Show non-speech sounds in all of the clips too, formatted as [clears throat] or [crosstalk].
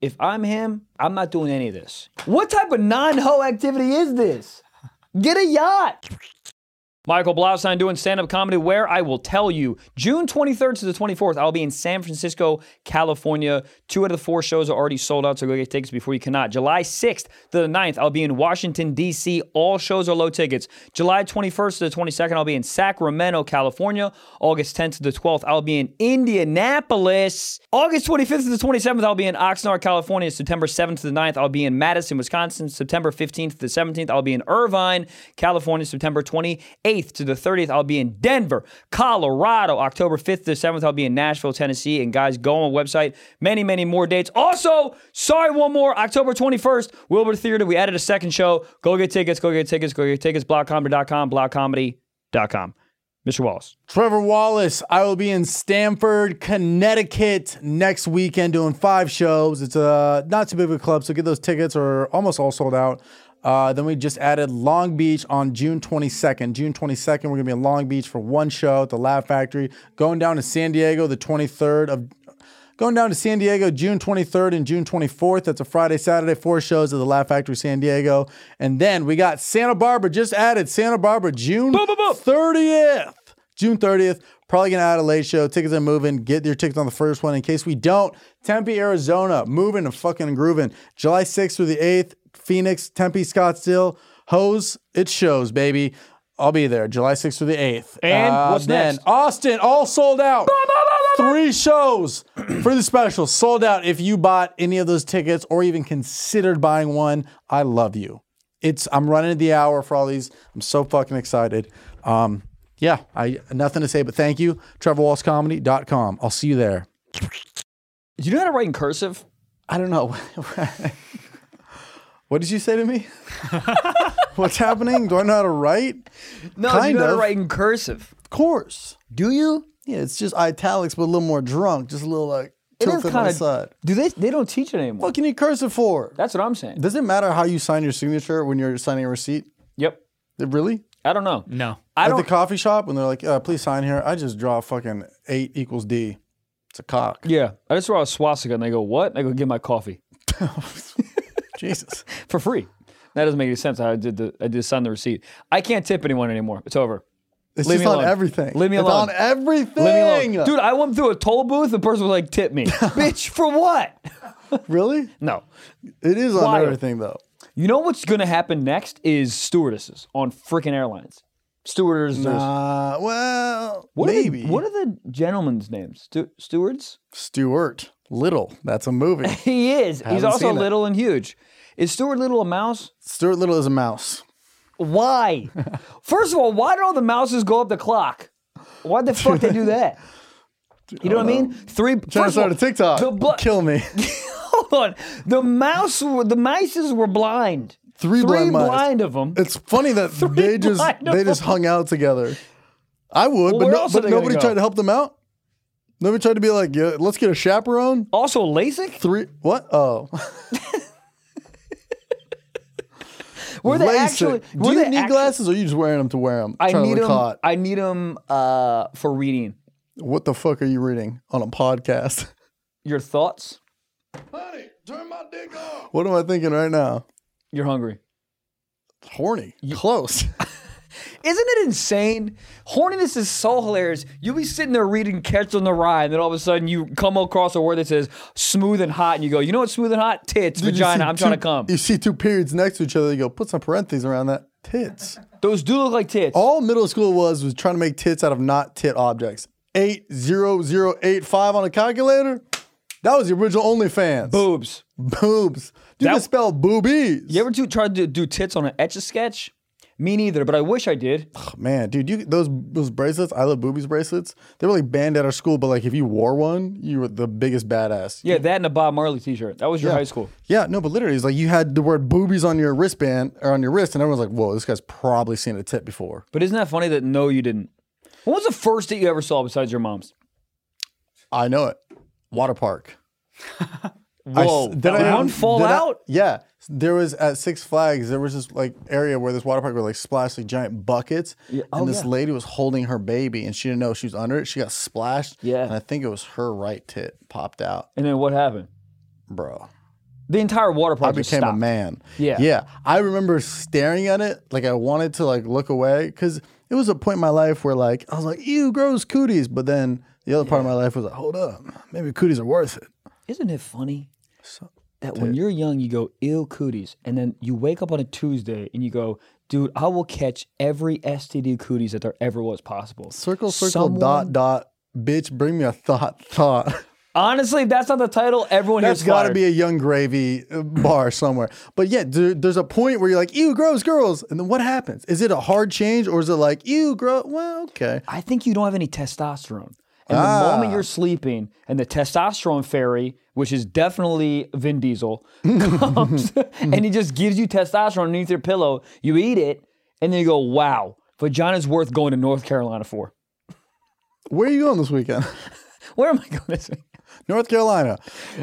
If I'm him, I'm not doing any of this. What type of non ho activity is this? Get a yacht. Michael Blaustein doing stand up comedy where I will tell you June 23rd to the 24th. I'll be in San Francisco, California. Two out of the four shows are already sold out, so go get tickets before you cannot. July 6th to the 9th, I'll be in Washington, D.C. All shows are low tickets. July 21st to the 22nd, I'll be in Sacramento, California. August 10th to the 12th, I'll be in Indianapolis. August 25th to the 27th, I'll be in Oxnard, California. September 7th to the 9th, I'll be in Madison, Wisconsin. September 15th to the 17th, I'll be in Irvine, California. September 28th to the 30th, I'll be in Denver, Colorado. October 5th to the 7th, I'll be in Nashville, Tennessee. And guys, go on my website. Many, many more dates. Also, sorry, one more. October 21st, Wilbur Theater. We added a second show. Go get tickets. Go get tickets. Go get tickets. Blockcomedy.com. Blockcomedy.com. Mr. Wallace. Trevor Wallace, I will be in Stamford, Connecticut next weekend doing five shows. It's a not too big of a club, so get those tickets are almost all sold out. Uh, then we just added Long Beach on June 22nd. June 22nd, we're gonna be in Long Beach for one show at the Laugh Factory. Going down to San Diego the 23rd of Going down to San Diego June 23rd and June 24th. That's a Friday, Saturday, four shows at the Laugh Factory San Diego. And then we got Santa Barbara just added Santa Barbara June boom, boom. 30th. June 30th. Probably gonna add a late show. Tickets are moving. Get your tickets on the first one in case we don't. Tempe, Arizona, moving and fucking grooving. July 6th through the 8th. Phoenix, Tempe, Scottsdale, Hose. It shows, baby. I'll be there July 6th through the 8th. And what's then next? Austin, all sold out. Three shows [clears throat] for the special sold out. If you bought any of those tickets or even considered buying one, I love you. It's I'm running the hour for all these. I'm so fucking excited. Um, yeah, I nothing to say but thank you. TrevorWallsComedy.com. I'll see you there. Do you know how to write in cursive? I don't know. [laughs] what did you say to me? [laughs] What's happening? Do I know how to write? No, Kind you know how to of. write in cursive. Of course. Do you? Yeah, it's just italics, but a little more drunk, just a little like It is tilted on the kinda- side. Do they? They don't teach it anymore. What can you cursive for? That's what I'm saying. Does it matter how you sign your signature when you're signing a receipt? yep. It Really? I don't know. No. I At don't. the coffee shop when they're like, uh, "Please sign here," I just draw fucking eight equals D. It's a cock. yeah, I just draw a swastika and they go, "What?" And I go, "Get my coffee [laughs] Jesus. for free." That doesn't make any sense. I did the I did sign the receipt. I can't tip anyone anymore. It's over. It's Leave me just on alone. everything. Leave me It's alone. on everything. Leave me alone, dude. I went through a toll booth. The person was like, "Tip [laughs] me, bitch, for what?" Really? No. It is on Wild. everything though. You know what's gonna happen next is stewardesses on freaking airlines. Stewardesses. Uh, well, what maybe. Are the, what are the gentlemen's names? Stu- stewards. Stuart Little. That's [laughs] a movie. He is. He's Haven't also seen it. little and huge. Is Stuart Little a mouse? Stuart Little is a mouse. [laughs] Why? First of all, why did all the mouses go up the clock? Why the fuck they [laughs] do that? You know what I mean? Three. Uh, Trying to first of start a all, TikTok. The blo- Kill me. [laughs] Hold on. The mouse. Were, the mices were blind. Three blind mice. blind of them. It's funny [laughs] that they just blind they just of hung out together. I would, but, where no, else are but they gonna nobody go? tried to help them out. Nobody tried to be like, yeah, let's get a chaperone. Also LASIK. Three what? Oh, Were they LASIK. actually? Do Were you they need actu- glasses? Or are you just wearing them to wear them? I trying need to look them. hot. I need them uh, for reading What the fuck are you reading on a podcast? [laughs] your thoughts. Honey, turn my dick off. What am I thinking right now? You're hungry. Horny. Close. Isn't it insane? Horniness is so hilarious. You'll be sitting there reading Catch on the Rye, and then all of a sudden you come across a word that says smooth and hot, and you go, you know what's smooth and hot? Tits, Did [laughs] [laughs] you vagina, see I'm trying two- to come. You see two periods next to each other. You go, put some parentheses around that. Tits. Those do look like tits. All middle school was was trying to make tits out of not tit objects. Eight zero zero eight five on a calculator. That was the original OnlyFans. Boobs. Boobs. You That- can spell boobies. You ever do, try to do tits on an etch a sketch? Me neither, but I wish I did. Man, dude, you those those bracelets. I love boobies bracelets. They were like banned at our school, but like if you wore one, you were the biggest badass. Yeah, that and a Bob Marley t shirt. That was your Yeah. high school. Yeah, no, but literally, it's like you had the word boobies on your wristband or on your wrist, and everyone's like, "Whoa, this guy's probably seen a tit before." But isn't that funny that no, you didn't? What was the first date you ever saw besides your mom's? I know it. Water park. I s- [laughs] Whoa. did did I- one did fall I- out? yeah, there was at Six Flags. There was this like area where this water park would like splash like giant buckets, oh, and this yeah. lady was holding her baby, and she didn't know she was under it. She got splashed. Yeah. and I think it was her right tit popped out, And then what happened? bro. The entire water I park just became stopped. a man. Yeah. Yeah. I remember staring at it like I wanted to like look away because it was a point in my life where like I was like, ew, gross cooties. But then the other part of my life was like, hold up, maybe cooties are worth it. Isn't it funny that when you're young, you go, ill cooties. And then you wake up on a Tuesday and you go, dude, I will catch every STD cooties that there ever was possible. Circle, circle, Someone- dot, dot. Bitch, bring me a [laughs] thought, thought. Honestly, that's not the title. Everyone That's here's got got to be a young gravy uh, bar somewhere. But yeah, there, there's a point where you're like, ew, gross, girls. And then what happens? Is it a hard change or is it like, ew, gross? Well, okay. I think you don't have any testosterone. And the Ah. moment you're sleeping, and the testosterone fairy, which is definitely Vin Diesel, [laughs] [laughs] comes and he just gives you testosterone underneath your pillow. You eat it, and then you go, "Wow, vagina's worth going to North Carolina for." Where are you going this weekend? [laughs] Where am I going this week? North Carolina.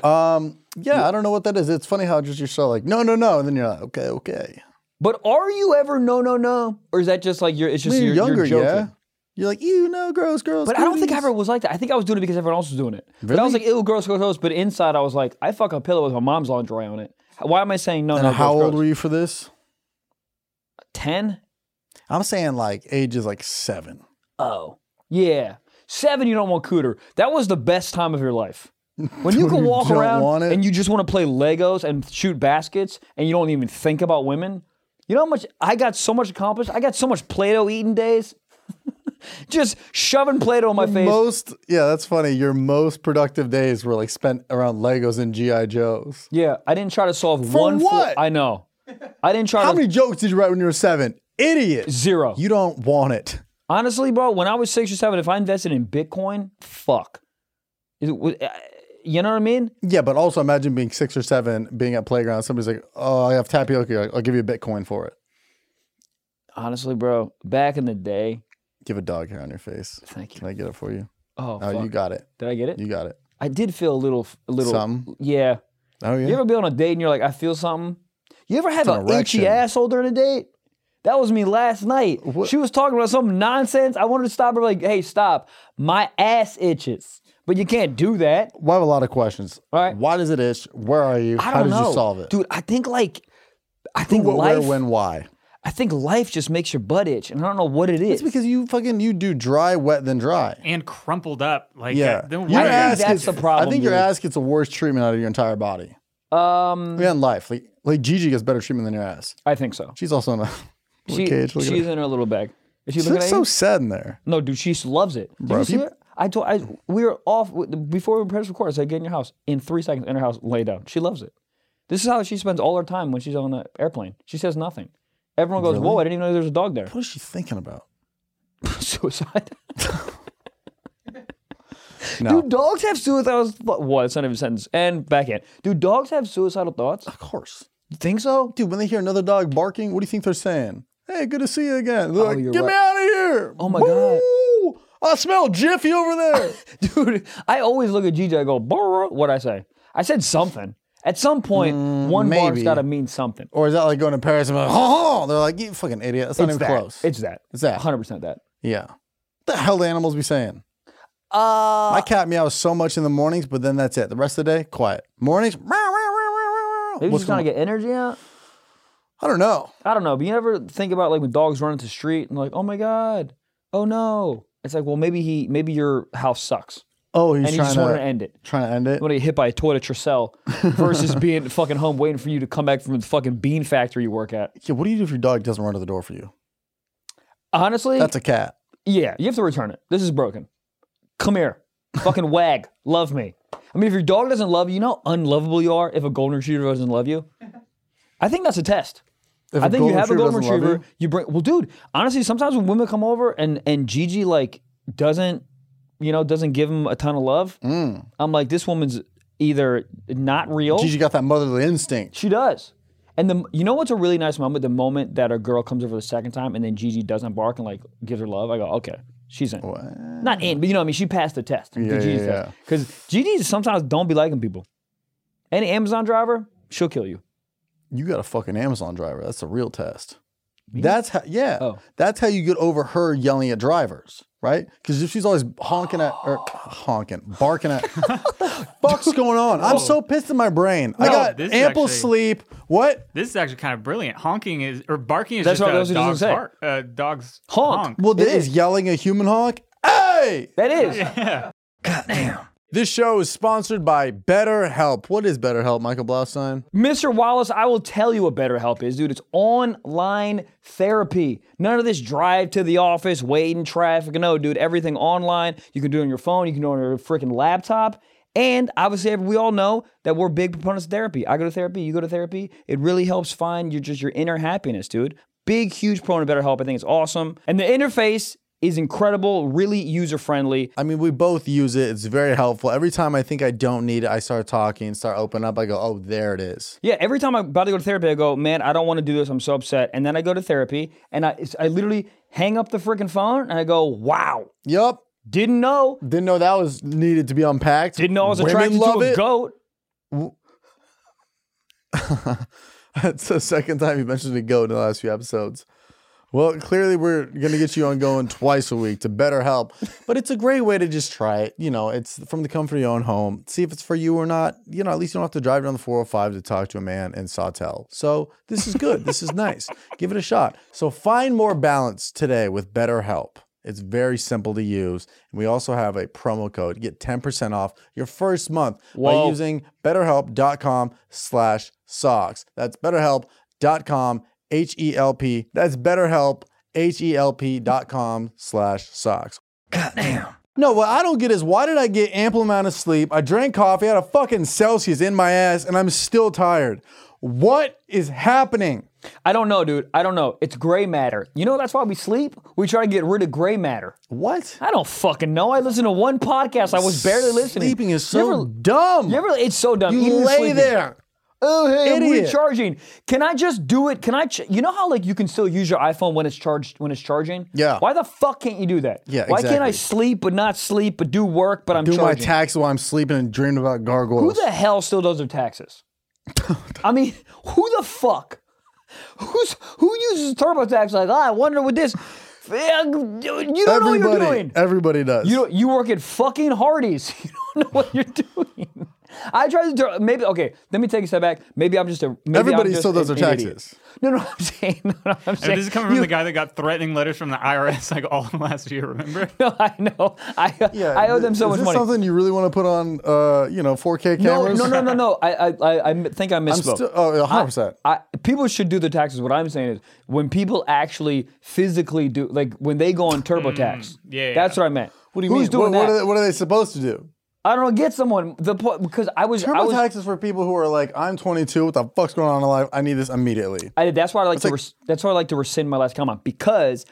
Um, yeah, I don't know what that is. It's funny how just you're so like, no, no, no. And then you're like, okay, okay. But are you ever no no no, or is that just like you're? It's just When you're, you're you're younger, joking. yeah. You're like, ew, no, gross, girls. But I don't think I cooties." ever was like that. I think I was doing it because everyone else was doing it. But I was like, Really? ew, gross, gross, gross. But inside, I was like, I fuck a pillow with my mom's lingerie on it. Why am I saying no? And no, how gross, old gross? were you for this? Ten. I'm saying like age is like seven. Oh. Yeah. Seven, you don't want cooter. That was the best time of your [laughs] life. When you can You walk don't around want it? and you just want to play Legos and shoot baskets and you don't even think about women. You know how much I got so much accomplished? I got so much Play-Doh eating days. [laughs] just shoving Play-Doh in my face. Most, yeah, that's funny. Your most productive days were like spent around Legos and G.I. Joes. yeah, I didn't try to solve one fl- what? I know. I didn't try [laughs] How to many jokes did you write when you were seven? Idiot. zero. You don't want it. Honestly, bro, when I was six or seven, if I invested in Bitcoin, fuck. It was- uh, you know what I mean? Yeah, but also imagine being six or seven, being at playground. Somebody's like, "Oh, I have tapioca. You're like, I'll give you a bitcoin for it." Honestly, bro, back in the day, Give a dog hair on your face. thank you. Can I get it for you? Oh, Oh, fuck. you got it. Did I get it? You got it. I did feel a little, a little. Something? Yeah. Oh yeah. You ever be on a date and you're like, I feel something? You ever have an an itchy erection. asshole during a date? That was me last night. She was talking about some nonsense. I wanted to stop her, like, hey, stop. My ass itches. But you can't do that. well, I have a lot of questions. All right. Why does it itch? Where are you? I How don't did know. you solve it? Dude, I think, like, I think what, life. where, when, why? I think life just makes your butt itch, and I don't know what it is. It's because you fucking you do dry, wet, then dry. and crumpled up. Like Yeah. uh, don't Your worry. think ass that's gets- the problem, I think your dude. ass gets the worst treatment out of your entire body. um, Yeah, in life, like like Gigi gets better treatment than your ass. I think so. She's also in a [laughs] little She, cage. Look at she's her. in her little bag. Is she She looking looks at so you? sad in there. No, dude, she loves it. Did Bro, you if see you- her? I told I we were off before we pressed record. I said, "Get in your house." In three seconds, in her house, lay down. She loves it. This is how she spends all her time when she's on the airplane. She says nothing. Everyone goes, "Whoa, I didn't even know there's a dog there." [laughs] What is she thinking about? suicide. [laughs] No. Do dogs have suicidal? Th- what? It's not even a sentence. And back in. Do dogs have suicidal thoughts? Of course. You think so? Dude, when they hear another dog barking, what do you think they're saying? Hey, good to see you again. They're like, Oh, you're get me right. out of here. Oh my God. God. I smell Jiffy [laughs] over there. Dude, I always look at Gigi. I go, "Brr." What'd I say? I said something. At some point, one bar's Mm, maybe. got to mean something. or is that like going to Paris and be like, oh, they're like, you fucking idiot. That's not It's even that. close. It's that. It's that. 100% that. yeah. What the hell the animals be saying? Uh, My cat meows so much in the mornings, but then that's it. The rest of the day, quiet. Mornings, meow, meow, meow, meow, meow. maybe What's she's trying going to get energy out. on? I don't know. I don't know. But you ever think about like when dogs run into the street and like, oh my god, oh no. It's like, well, maybe he, maybe your house sucks, Oh, he's and you trying just wanted to to, end it. trying to end it. You want to get hit by a toilet [laughs] Tercel versus being fucking home waiting for you to come back from the fucking bean factory you work at. Yeah, what do you do if your dog doesn't run to the door for you? Honestly, That's a cat. yeah, you have to return it. This is broken. Come here, fucking [laughs] wag, love me. I mean, if your dog doesn't love you, you know how unlovable you are. If a golden retriever doesn't love [laughs] you, I think that's a test. If I a think you have a golden doesn't love retriever. you- You bring well, dude. Honestly, sometimes when women come over and and Gigi like doesn't, you know, doesn't give him a ton of love. Mm. I'm like, this woman's either not real. Gigi got that motherly instinct. She does. And the you know what's a really nice moment? The moment that a girl comes over the second time and then Gigi doesn't bark and like gives her love. I go, okay, she's in. Not in, but you know what I mean. She passed the test. the Yeah, Gigi's yeah, test. Because Gigi sometimes don't be liking people. Any Amazon driver, she'll kill you. You got a fucking Amazon driver. That's a real test. That's how, yeah. Oh. That's how you get over her yelling at drivers, right? Because if she's always honking at [gasps] or honking, barking [laughs] at, fuck's going on? I'm so pissed in my brain. I No, got this is ample actually- sleep. What? This is actually kind of brilliant. Honking is or barking is That's just what I a was gonna dog's say. bark. Uh, dog's Honk. honk. Well, this is yelling a human honk. Hey! That [laughs] is. This show is sponsored by BetterHelp. What is BetterHelp, Michael Blaustein? Mr. Wallace, I will tell you what BetterHelp is, dude. It's online therapy. None of this drive to the office, waiting traffic. No, dude, everything online. You can do it on your phone, you can do it on your freaking laptop. And obviously, we all know that we're big proponents of therapy. I go to therapy, you go to therapy. It really helps find your just your inner happiness, dude. Big, huge proponent of BetterHelp. I think it's awesome. And the interface is incredible, really user friendly. I mean, we both use it. It's very helpful. Every time I think I don't need it, I start talking, start opening up. I go, oh, there it is. Yeah, every time I'm about to go to therapy, I go, man, I don't want to do this. I'm so upset. And then I go to therapy and I, it's- I literally hang up the freaking phone and I go, wow, Yup. didn't know. Didn't know that was needed to be unpacked. Didn't know I was Women attracted to love a it. goat. [laughs] That's the second time you mentioned a goat in the last few episodes. Well, clearly we're gonna get you on going twice a week to better help. But it's a great way to just try it. You know, it's from the comfort of your own home. See if it's for you or not. You know, at least you don't have to drive down the 405 to talk to a man in Sawtell. So this is good. this is nice. [laughs] Give it a shot. So find more balance today with BetterHelp. It's very simple to use. And we also have a promo code. Get 10% off your first month by Whoa. using betterhelp.com slash socks. That's betterhelp.com H-E-L-P. E That's betterhelp, H-E-L-P dot com slash socks. No, what I don't get is why did I get ample amount of sleep? I drank coffee, I had a fucking Celsius in my ass, and I'm still tired. What is happening? I don't know, dude. I don't know. It's gray matter. You know, that's why we sleep. We try to get rid of gray matter. What? I don't fucking know. I listened to one podcast. I was barely listening. Sleeping is You so ever- dumb. You ever, it's so dumb. you Even lay sleeping. there. Oh, hey, I'm Idiot. recharging. Can I just do it? Can I? Ch- you know how like you can still use your iPhone when it's charged when it's charging. Yeah. Why the fuck can't you do that? Yeah, Why can't I exactly. sleep but not sleep but do work but I'm Do my charging? tax while I'm sleeping and dreamed about gargoyles. who the hell still does their taxes? I mean, [laughs] who the fuck? Who's who uses TurboTax? Like, "Ah, I wonder what this. You don't know what you're everybody, doing. everybody does. You don't- you work at fucking Hardee's. [laughs] You don't know what you're doing. I tried to tur- maybe okay. Let me take a step back. Maybe I'm just a. Maybe Everybody I'm just still does an their idiot. taxes. No, no, [laughs] I'm saying. No, no, I'm saying. This is coming from you- the guy that got threatening letters from the IRS like all last year. Remember? [laughs] No, I know. I I owe them so is much this money. something you really want to put on, uh, you know, 4K no, cameras? no, no, no, no. I I I, I think I I'm misspoke. still, oh, 100%. I, people should do their taxes. What I'm saying is, when people actually physically do, like when they go on TurboTax, Mm, yeah, that's yeah. what I meant. what do you Who's mean? doing what, what that? are they, what are they supposed to do? I don't know. Get someone the po- because I was I was TurboTax is for people who are like, I'm 22. What the fuck's going on in life? I need this immediately. I did. That's why I like to. res- that's why I like to rescind my last comment because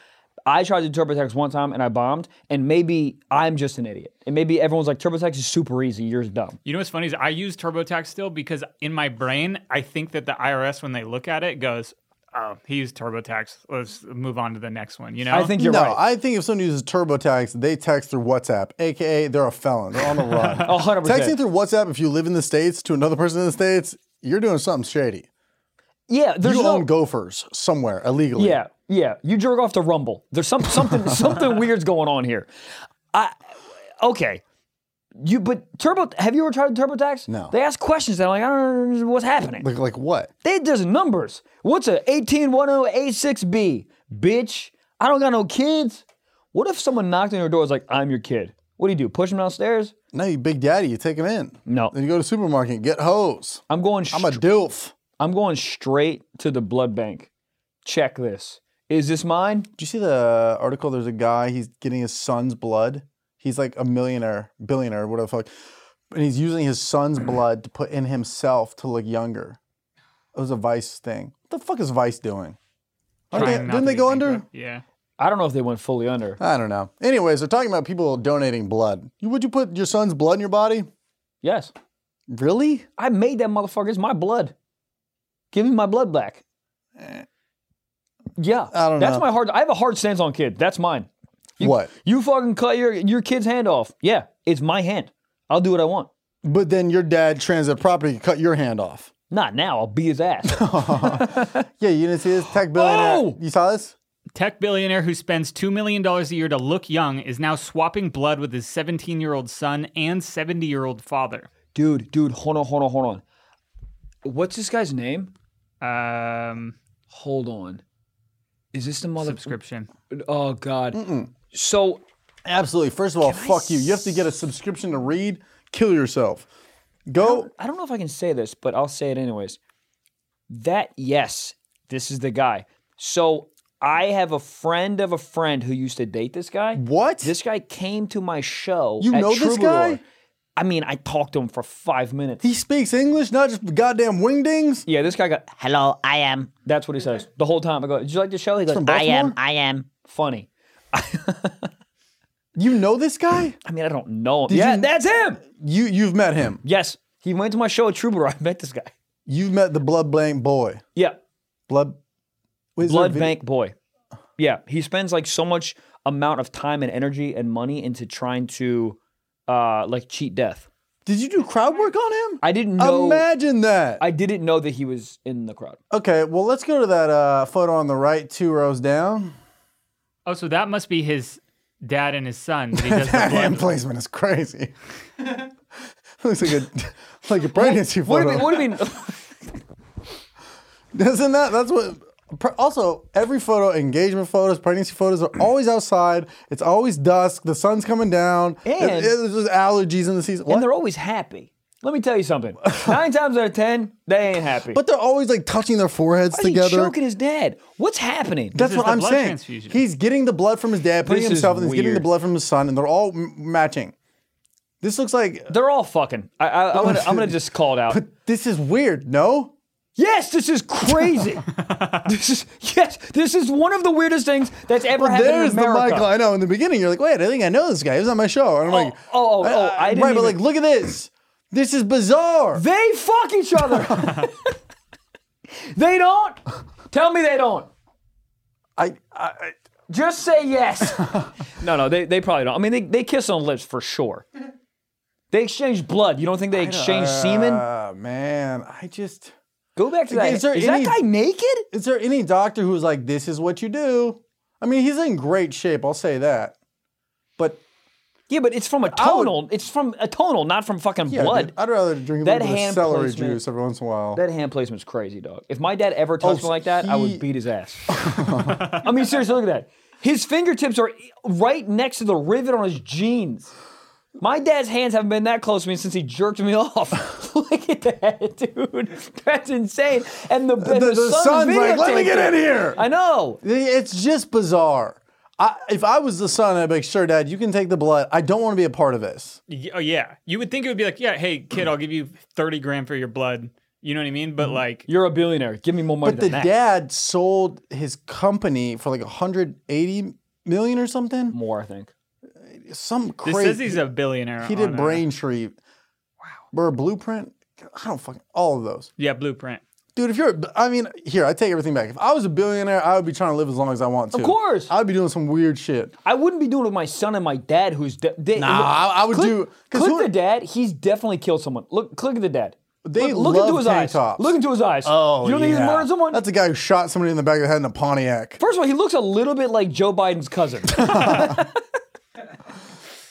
I tried to do TurboTax one time and I bombed. And maybe I'm just an idiot. And maybe everyone's like TurboTax is super easy. Yours dumb. You know what's funny is I use TurboTax still because in my brain I think that the IRS when they look at it goes, "Oh, he used TurboTax. Let's move on to the next one." You know? I think you're no, right. I think if someone uses TurboTax, they text through WhatsApp, aka they're a felon. They're on [laughs] the run. 100%. Texting through WhatsApp, if you live in the states to another person in the states, you're doing something shady. yeah, there's You no. own gophers somewhere illegally. yeah, yeah. You jerk off to Rumble. There's some [laughs] something something weird's going on here. I okay. You but Turbo? Have you ever tried TurboTax? No. They ask questions. They're like, I don't know what's happening. Like, like what? They just numbers. What's a 1811086B? Bitch, I don't got no kids. What if someone knocked on your door and was like, I'm your kid? What do you do? Push him downstairs? No, you big daddy, you take them in. No. Then you go to the supermarket and get hoes. I'm going I'm a dilf. I'm going straight to the blood bank. Check this. Is this mine? Did you see the uh, article? There's a guy, he's getting his son's blood. He's like a millionaire, billionaire, whatever the fuck. And he's using his son's blood to put in himself to look younger. It was a Vice thing. What the fuck is Vice doing? Aren't they, Trying not didn't to they be go bankrupt. under? Yeah. I don't know if they went fully under. I don't know. Anyways, they're talking about people donating blood. You- Would you put your son's blood in your body? Yes. Really? I made that motherfucker. It's my blood. Give me my blood back. Yeah. Eh. I don't That's know. my hard I have a hard stance on kids. That's mine. what? You fucking cut your your kid's hand off. Yeah, it's my hand. I'll do what I want. But then your dad, transit property, cut your hand off. Not now. I'll be his ass. Yeah, you didn't see this tech billionaire. Oh! You saw this? Tech billionaire who spends $2 million a year to look young is now swapping blood with his 17 year old son and 70 year old father. [laughs] dude, dude, hold on, hold on, hold on. What's this guy's name? Um, Hold on. Is this the mother? subscription. Oh God. So Absolutely. First of all, fuck you. You have to get a subscription to read. Kill yourself. Go. I don't know if I can say this, but I'll say it anyways. That yes, this is the guy. So I have a friend of a friend who used to date this guy. What? This guy came to my show. You at know this Troubadour. guy? I mean, I talked to him for five minutes. he speaks English, not just goddamn wingdings. Yeah, this guy got hello, I am. That's what he says the whole time. I go, did you like the show? He goes, from I am, Baltimore? I am. Funny. You know this guy? I mean, I don't know him. yeah, you- that's him. You you've met him. Yes, he went to my show at Troubadour. [laughs] I met this guy. You've met the blood bank boy. Yeah, Blood. Wait, is there a blood video- bank boy. Yeah, he spends like so much amount of time and energy and money into trying to uh like cheat death. Did you do crowd work on him? I didn't know. Imagine that. I didn't know that he was in the crowd. okay, well let's go to that uh, photo on the right, two rows down. Oh, so that must be his dad and his son. That he does the That hand blood. placement is crazy. [laughs] Looks like a [laughs] like a pregnancy What do photo. you mean? What do you mean? [laughs] Isn't that? That's what. pr- Also, every photo, engagement photos, pregnancy photos are always outside. It's always dusk. The sun's coming down. It- And- it- there's just allergies in the season. What? [laughs] and they're always happy. Let me tell you [laughs] something. Nine times out of ten, they ain't happy. but they're always like touching their foreheads Why is he together. choking his dad? What's happening? That's is what the I'm blood saying. transfusion. He's getting the blood from his dad, putting This it is himself, and he's getting the weird. blood from his son, and they're all m- matching. This looks like. They're all fucking. I, I, I'm gonna. I'm gonna just call it out. But this is weird. No. Yes, this is [laughs] crazy. this is yes, this is one of the weirdest things that's ever happened There's in the America. Michael. I know. In the beginning, you're like, wait, I think I know this guy. He was on my show. And I'm like, oh, oh, oh, I didn't right, but even- like, look at this. This is bizarre. They fuck each other. [laughs] they don't. Tell me they don't. I, I Just say yes. [laughs] no, no, they, they probably don't. I mean, they, they kiss on lips for sure. They exchange blood. You don't think they exchange semen? uh, man, I just. Go back to that. is Is there any- that guy naked? Is there any doctor who's like, this is what you do? I mean, he's in great shape. I'll say that. But Yeah, but it's from a I would- tonal. It's from a tonal, not from fucking yeah, blood. dude, I'd rather drink a That little bit of hand celery placement- juice every once in a while. That hand placement's crazy, dog. If my dad ever touched Oh, me like that, I he- would beat his ass. [laughs] I mean, seriously, look at that. His fingertips are right next to the rivet on his jeans. My dad's hands haven't been that close to me since he jerked me [laughs] off. look at that, dude. That's insane. And the, and the, the, the son's, son's like, let me videotaped get it. in here. I know. It's just bizarre. I, if I was the son, I'd be like, sure, dad, you can take the blood. I don't want to be a part of this. Y- Oh, yeah. You would think it would be like, yeah, hey, kid, I'll give you 30 grand for your blood. You know what I mean? But like, You're a billionaire. Give me more money But the than that. dad sold his company for like 180 million or something. more, I think. Some this crazy. says he's a billionaire. He on uh, did a- Braintree. Wow. Or Blueprint. I don't fucking all of those, Yeah, blueprint. dude. If you're, I mean, here I take everything back. If I was a billionaire, I would be trying to live as long as I want to. Of course. I, I'd be doing some weird shit. wouldn't be doing it with my son and my dad who's... De- they- Nah, look, I- I would click, do- 'cause Click who- the dad. He's definitely killed someone. Look, click at the dad. They look, love into his tank eyes. tops. Look into his eyes. Oh, you don't think he's murdered someone? That's a guy who shot somebody in the back of the head in a Pontiac. First of all, he looks a little bit like Joe Biden's [laughs] cousin.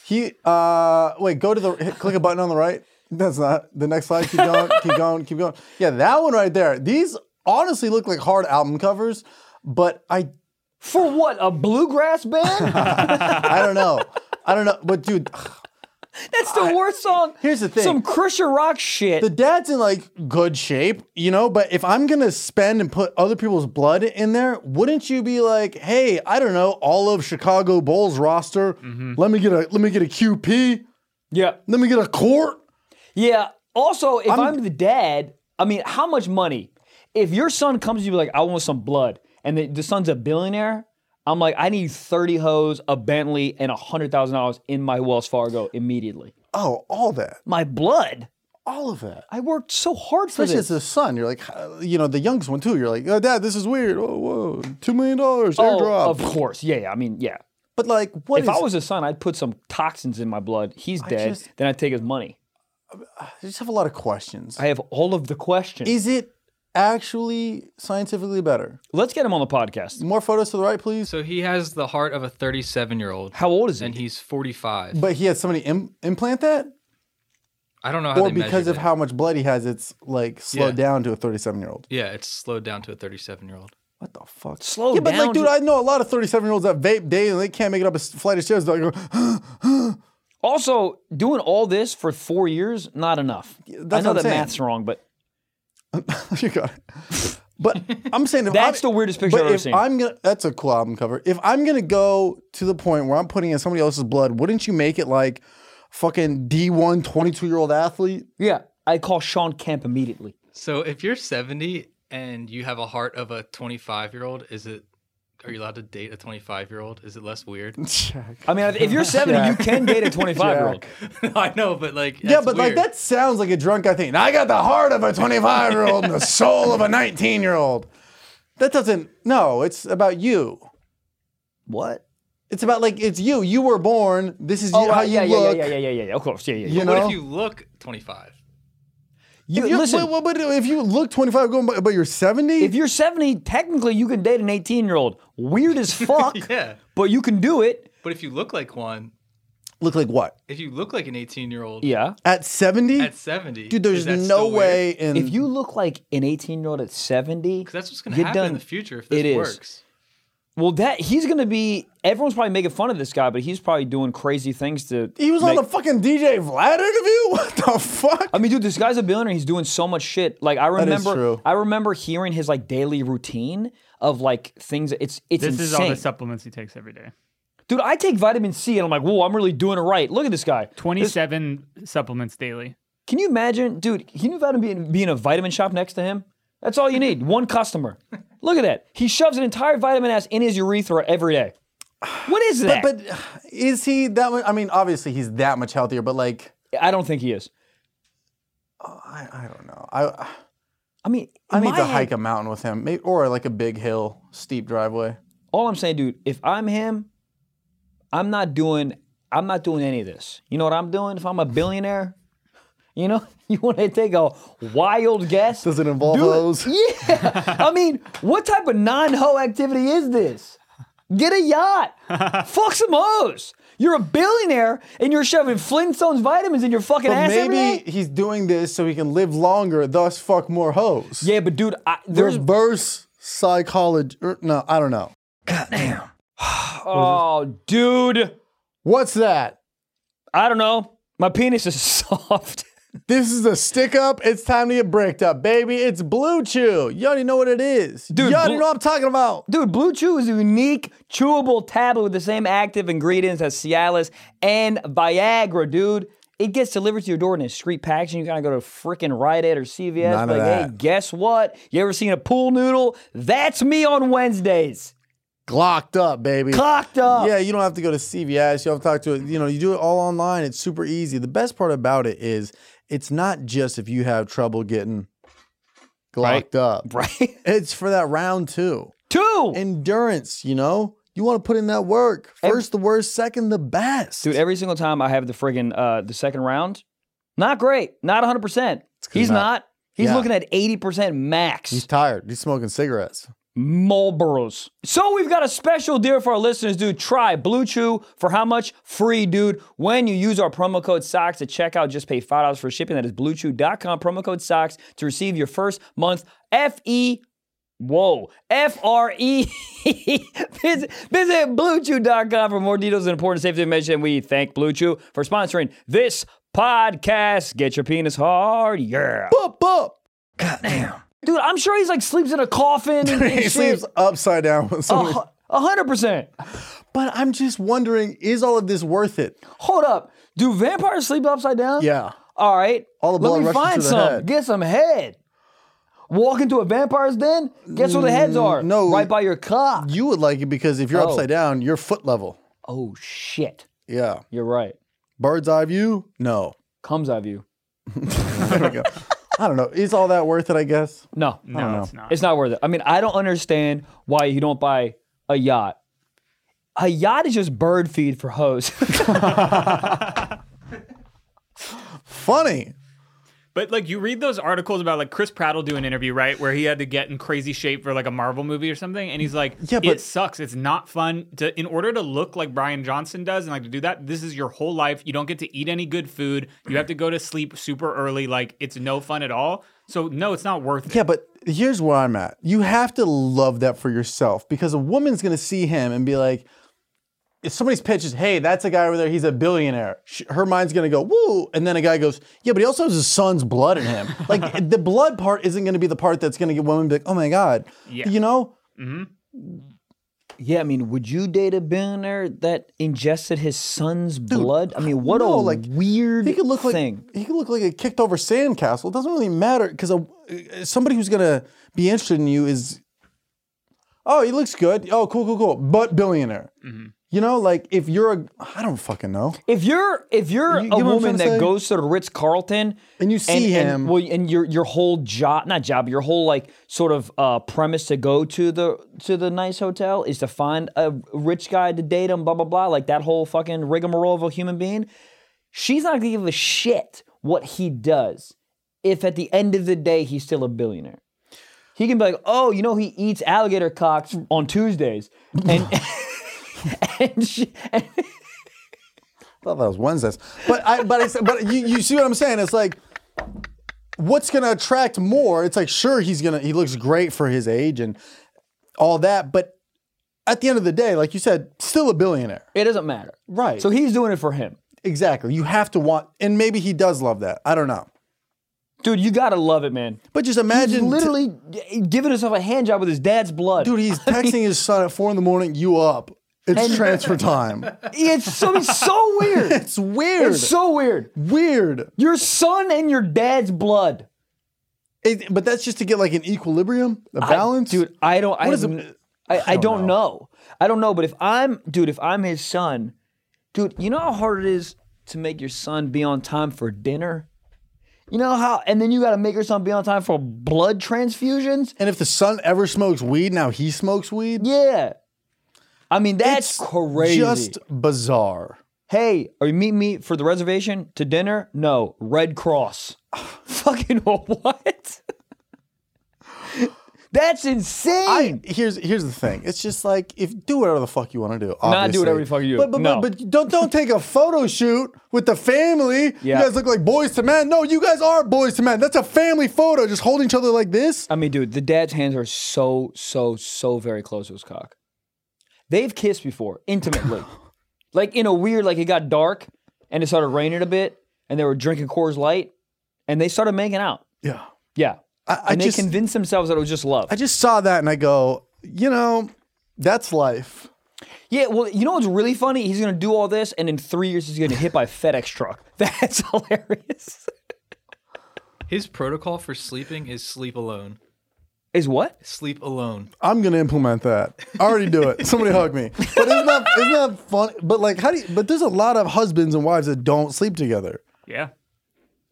He, uh, wait, go to the hit, click a button on the right. That's not the next slide. [laughs] Keep going, keep going, keep going. Yeah, that one right there. These honestly look like hard album covers, but I [laughs] For what? A bluegrass band? I don't know. I don't know. But dude, That's the worst song. Here's the thing. Some Krisha Rock shit. the dad's in like good shape, you know, but if I'm gonna spend and put other people's blood in there, wouldn't you be like, hey, I don't know, all of Chicago Bulls roster, Mm-hmm. let me get a let me get a QP, yeah. let me get a court. Yeah. Also, if I'm, the dad, I mean, how much money? If your son comes to you like, I want some blood, and the, the son's a billionaire, I'm like, I need 30 hoes, a Bentley, and $100,000 in my Wells Fargo immediately. Oh, all that. My blood? All of that. I worked so hard for Especially this. as a son, you're like, uh, you know, the youngest one too. You're like, oh, dad, this is weird. Oh, whoa, two million dollars, oh, airdrop. of course. Yeah, yeah. I mean, yeah. but like, what If I was a son, I'd put some toxins in my blood. He's dead. just- then I'd take his money. I just have a lot of questions. I have all of the questions. Is it actually scientifically better? Let's get him on the podcast. More photos to the right, please. So he has the heart of a 37 year old, How old is he? and he's 45. But he had somebody Im- implant that, I don't know how or they because measured of it. how much blood he has, it's like slowed Yeah. down to a 37 year old. Yeah, it's slowed down to a 37 year old. What the fuck? Slow yeah, but down, like, dude, dude. I know a lot of 37 year olds that vape daily and they can't make it up a s- flight of stairs. They're like, [gasps] Also, doing all this for four years, not enough. I that's know what that I'm saying. math's wrong, but you got it. But I'm saying if that's the I'm, weirdest picture I've But ever if seen. I'm gonna, that's a cool album cover. If I'm gonna go to the point where I'm putting in somebody else's blood, wouldn't you make it like fucking D1 22 year old athlete? [laughs] yeah, I call Sean Kemp immediately. So if you're 70 and you have a heart of a 25 year old, is it? Are you allowed to date a 25 year old? Is it less weird? [laughs] I mean, if [laughs] you're 70, you can date a 25 year old. I know, but like yeah, that's but like weird. that sounds like a drunk guy thing. I got the heart of a 25 year old and [laughs] the soul of a 19 year old. That doesn't. No, it's about you. What? It's about like it's you. You were born. This is Oh, how uh, you yeah, yeah, look. yeah, yeah, yeah, yeah, yeah. Of course, yeah, yeah. yeah. You What know. if you look 25? You, You- listen, but, but if you look 25, going, but but you're 70. if you're 70, technically you can date an 18 year old. Weird [laughs] as fuck, [laughs] Yeah, but you can do it. but if you look like one, look like what if you look like an 18 year old Yeah. at 70, at 70, dude. There's no way in. If you look like an 18 year old at 70, Because that's what's going to you're happen in done. the future if It this is. works. Well, that he's gonna be. Everyone's probably making fun of this guy, but he's probably doing crazy things to. he was on make- the fucking DJ Vlad interview. [laughs] What the fuck? I mean, dude, this guy's a billionaire. He's doing so much shit. Like I is remember, true. I remember hearing his like daily routine of like things. It's it's This is all insane, the supplements he takes every day. dude. I take vitamin C and I'm like, whoa, I'm really doing it right. Look at this guy. 27 supplements daily. Can you imagine, dude? Can you imagine being, being a vitamin shop next to him? That's all you need. One customer. Look at that. He shoves an entire vitamin ass in his urethra every day. What is that? But uh, is he that much? I mean, obviously he's that much healthier, but like, I don't think he is. I, I don't know. I I mean, I in need my to head- hike a mountain with him, maybe, or like a big hill, steep driveway. all I'm saying, dude, if I'm him, I'm not doing I'm not doing any of this. You know what I'm doing? If I'm a billionaire, you know, [laughs] you want to take a wild guess? Does it involve Do it. those? Yeah. I mean, what type of non-ho activity is this? Get a yacht. Fuck some hoes. You're a billionaire and you're shoving Flintstones vitamins in your fucking But ass every maybe day? he's doing this so he can live longer, thus fuck more hoes. Yeah, but dude, I, there's Reverse psychology. er, No, I don't know. oh, dude, What's that? I don't know. My penis is [laughs] soft. This is a stick up. It's time to get bricked up, baby. It's Blue Chew. You already know what it is. Dude, you already Blue- know what I'm talking about. Dude, Blue Chew is a unique chewable tablet with the same active ingredients as Cialis and Viagra, dude. It gets delivered to your door in a street packaging. You gotta go to freaking Rite Aid or CVS. None of like, hey, that. guess what? You ever seen a pool noodle? That's me on Wednesdays. Glocked up, baby. Clocked up. Yeah, you don't have to go to CVS. You don't have to talk to it. You know, you do it all online. It's super easy. The best part about it is it's not just if you have trouble getting glocked [laughs] up. Right? It's for that round two. Two. Endurance, you know? You want to put in that work. First the worst, second the best. dude, every single time I have the friggin' uh, the second round, not great. Not 100%. He's he's not- not. He's Yeah. looking at 80% max. He's tired. He's smoking cigarettes. Marlboros. So we've got a special deal for our listeners, dude. Try Blue Chew for how much? Free, dude. When you use our promo code SOCKS at checkout, just pay $5 for shipping. That is bluechew.com, promo code SOCKS to receive your first month F-E- Whoa. F-R-E. [laughs] visit, visit bluechew.com for more details and important safety information. We thank Blue Chew for sponsoring this podcast. Get your penis hard. Yeah. Up, up. Dude, I'm sure he's like sleeps in a coffin. And, [laughs] He shit. Oh. sleeps upside down with somebody. A hundred percent. But I'm just wondering, is all of this worth it? Hold up. Do vampires sleep upside down? Yeah. All right. All the blood Let me rushes to find the some. head. Get some head. Walk into a vampire's den. Guess where the heads are? Mm, no. Right by your cock. You would like it because if you're Oh. upside down, you're foot level. Oh shit. Yeah. You're right. Bird's eye view? No. Comes out of you. There we go. I don't know. Is all that worth it, I guess? No. No, it's not. It's not worth it. I mean, I don't understand why you don't buy a yacht. A yacht is just bird feed for hoes. Funny. But like you read those articles about like Chris Pratt will do an interview right where he had to get in crazy shape for like a Marvel movie or something, and he's like, Yeah, but- it sucks. It's not fun to in order to look like Brian Johnson does and like to do that. This is your whole life. You don't get to eat any good food. You have to go to sleep super early. Like it's no fun at all. So no, it's not worth it. Yeah, but here's where I'm at. You have to love that for yourself because a woman's gonna see him and be like, if somebody's pitch is, hey, that's a guy over there, he's a billionaire, sh- her mind's gonna go, woo. And then a guy goes, yeah, but he also has his son's blood in him. like [laughs] the blood part isn't gonna be the part that's gonna get women to be like, oh my God. Yeah. You know? [laughs] Yeah, I mean, would you date a billionaire that ingested his son's blood? I mean, what no, a like, weird He could look thing. like he could look like a kicked over sandcastle. It doesn't really matter because somebody who's gonna be interested in you is, oh, he looks good. Oh, cool, cool, cool. But billionaire. You know, like if you're a, I don't fucking know. if you're if you're You- a you know what I'm woman trying to that say? goes to the Ritz Carlton And you see him. well, and your your whole job, not job, your whole like sort of uh, premise to go to the to the nice hotel is to find a rich guy to date him, blah blah blah, like that whole fucking rigmarole of a human being. She's not gonna give a shit what he does if at the end of the day he's still a billionaire. He can be like, oh, you know, he eats alligator cocks on Tuesdays, and [laughs] and, she, and I thought that was Wednesdays, but I but I said- but you, you see what I'm saying? It's like. What's gonna attract more? It's like sure he's gonna he looks great for his age and all that, but at the end of the day, like you said, still a billionaire. it doesn't matter. Right. So he's doing it for him. Exactly. You have to want, and maybe he does love that. I don't know. Dude, you gotta love it, man. But just imagine, t- Literally g- giving himself a hand job with his dad's blood. [laughs] dude, he's texting his son at four in the morning. You up? It's transfer time. it's so, it's [laughs] so weird. It's [laughs] weird. It's so weird. weird. Your son and your dad's blood. It- but that's just to get like an equilibrium, a balance, Dude, I don't. I, What is have it- n- I, I don't know. know. I don't know. But if I'm, dude, if I'm his son, dude, you know how hard it is to make your son be on time for dinner. You know how, and then you got to make your son be on time for blood transfusions. And if the son ever smokes weed, now he smokes weed. Yeah, I mean that's It's crazy. Just bizarre. hey, are you meeting me for the reservation to dinner? No, Red Cross. [laughs] Fucking [laughs] what? That's I insane. here's here's the thing. It's just like if do whatever the fuck you want to do. Obviously. Not do whatever the fuck you do. But but, No. but but don't don't take a photo shoot with the family. Yeah. You guys look like boys to men. No, you guys are boys to men. That's a family photo. Just holding each other like this. I, mean, dude, the dad's hands are so, so, so very close to his cock. They've kissed before, [laughs] intimately. like in a weird, like it got dark and it started raining a bit, and they were drinking Coors Light, and they started making out. Yeah. Yeah. I, I and they just convinced themselves that it was just love. I just saw that and I go, you know, that's life. Yeah, well, you know what's really funny? He's gonna do all this, and in three years, he's gonna get hit [laughs] by a FedEx truck. [laughs] That's hilarious. His protocol for sleeping is sleep alone. Is what? Sleep alone. I'm gonna implement that. I already do it. Somebody hug me. But isn't that isn't that fun? But like, how do you? But there's a lot of husbands and wives that don't sleep together. Yeah.